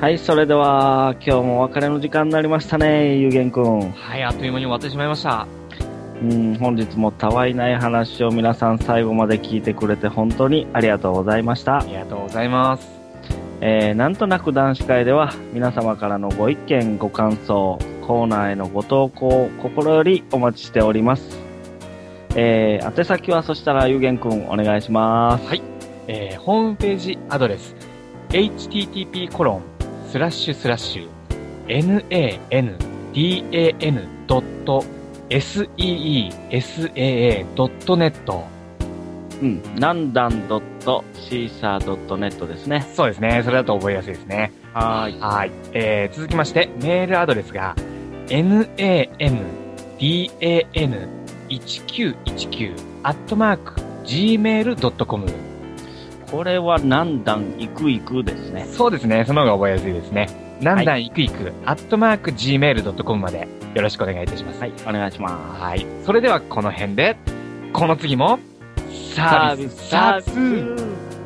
[SPEAKER 4] はい、それでは、今日もお別れの時間になりましたね、ゆうげんくん。
[SPEAKER 3] はい、あっという間に終わってしまいました。
[SPEAKER 4] うん、本日もたわいない話を皆さん最後まで聞いてくれて本当にありがとうございました
[SPEAKER 3] あ。りがとうございます。
[SPEAKER 4] えー、なんとなく男子会では皆様からのご意見、ご感想、コーナーへのご投稿を心よりお待ちしております。えー、宛先はそしたらゆうげんくんお願いします。
[SPEAKER 3] えーホームページアドレス、http コロンスラッシュスラッシュ nandan.seesaa.net
[SPEAKER 4] うん、なんだん .caesar.net ですね。
[SPEAKER 3] そうですね。それだと覚えやすいですね。
[SPEAKER 4] はーい。
[SPEAKER 3] はい。えー続きまして、メールアドレスが、nandan1919 アットマーク gmail.com
[SPEAKER 4] これはなんだんいくいくですね。
[SPEAKER 3] そうですね。その方が覚えやすいですね。なんだんいくいく、アットマーク gmail.com までよろしくお願いいたします。
[SPEAKER 4] はい、お願いします。
[SPEAKER 3] はい。それではこの辺で、この次も、サービス、サービス
[SPEAKER 4] ビス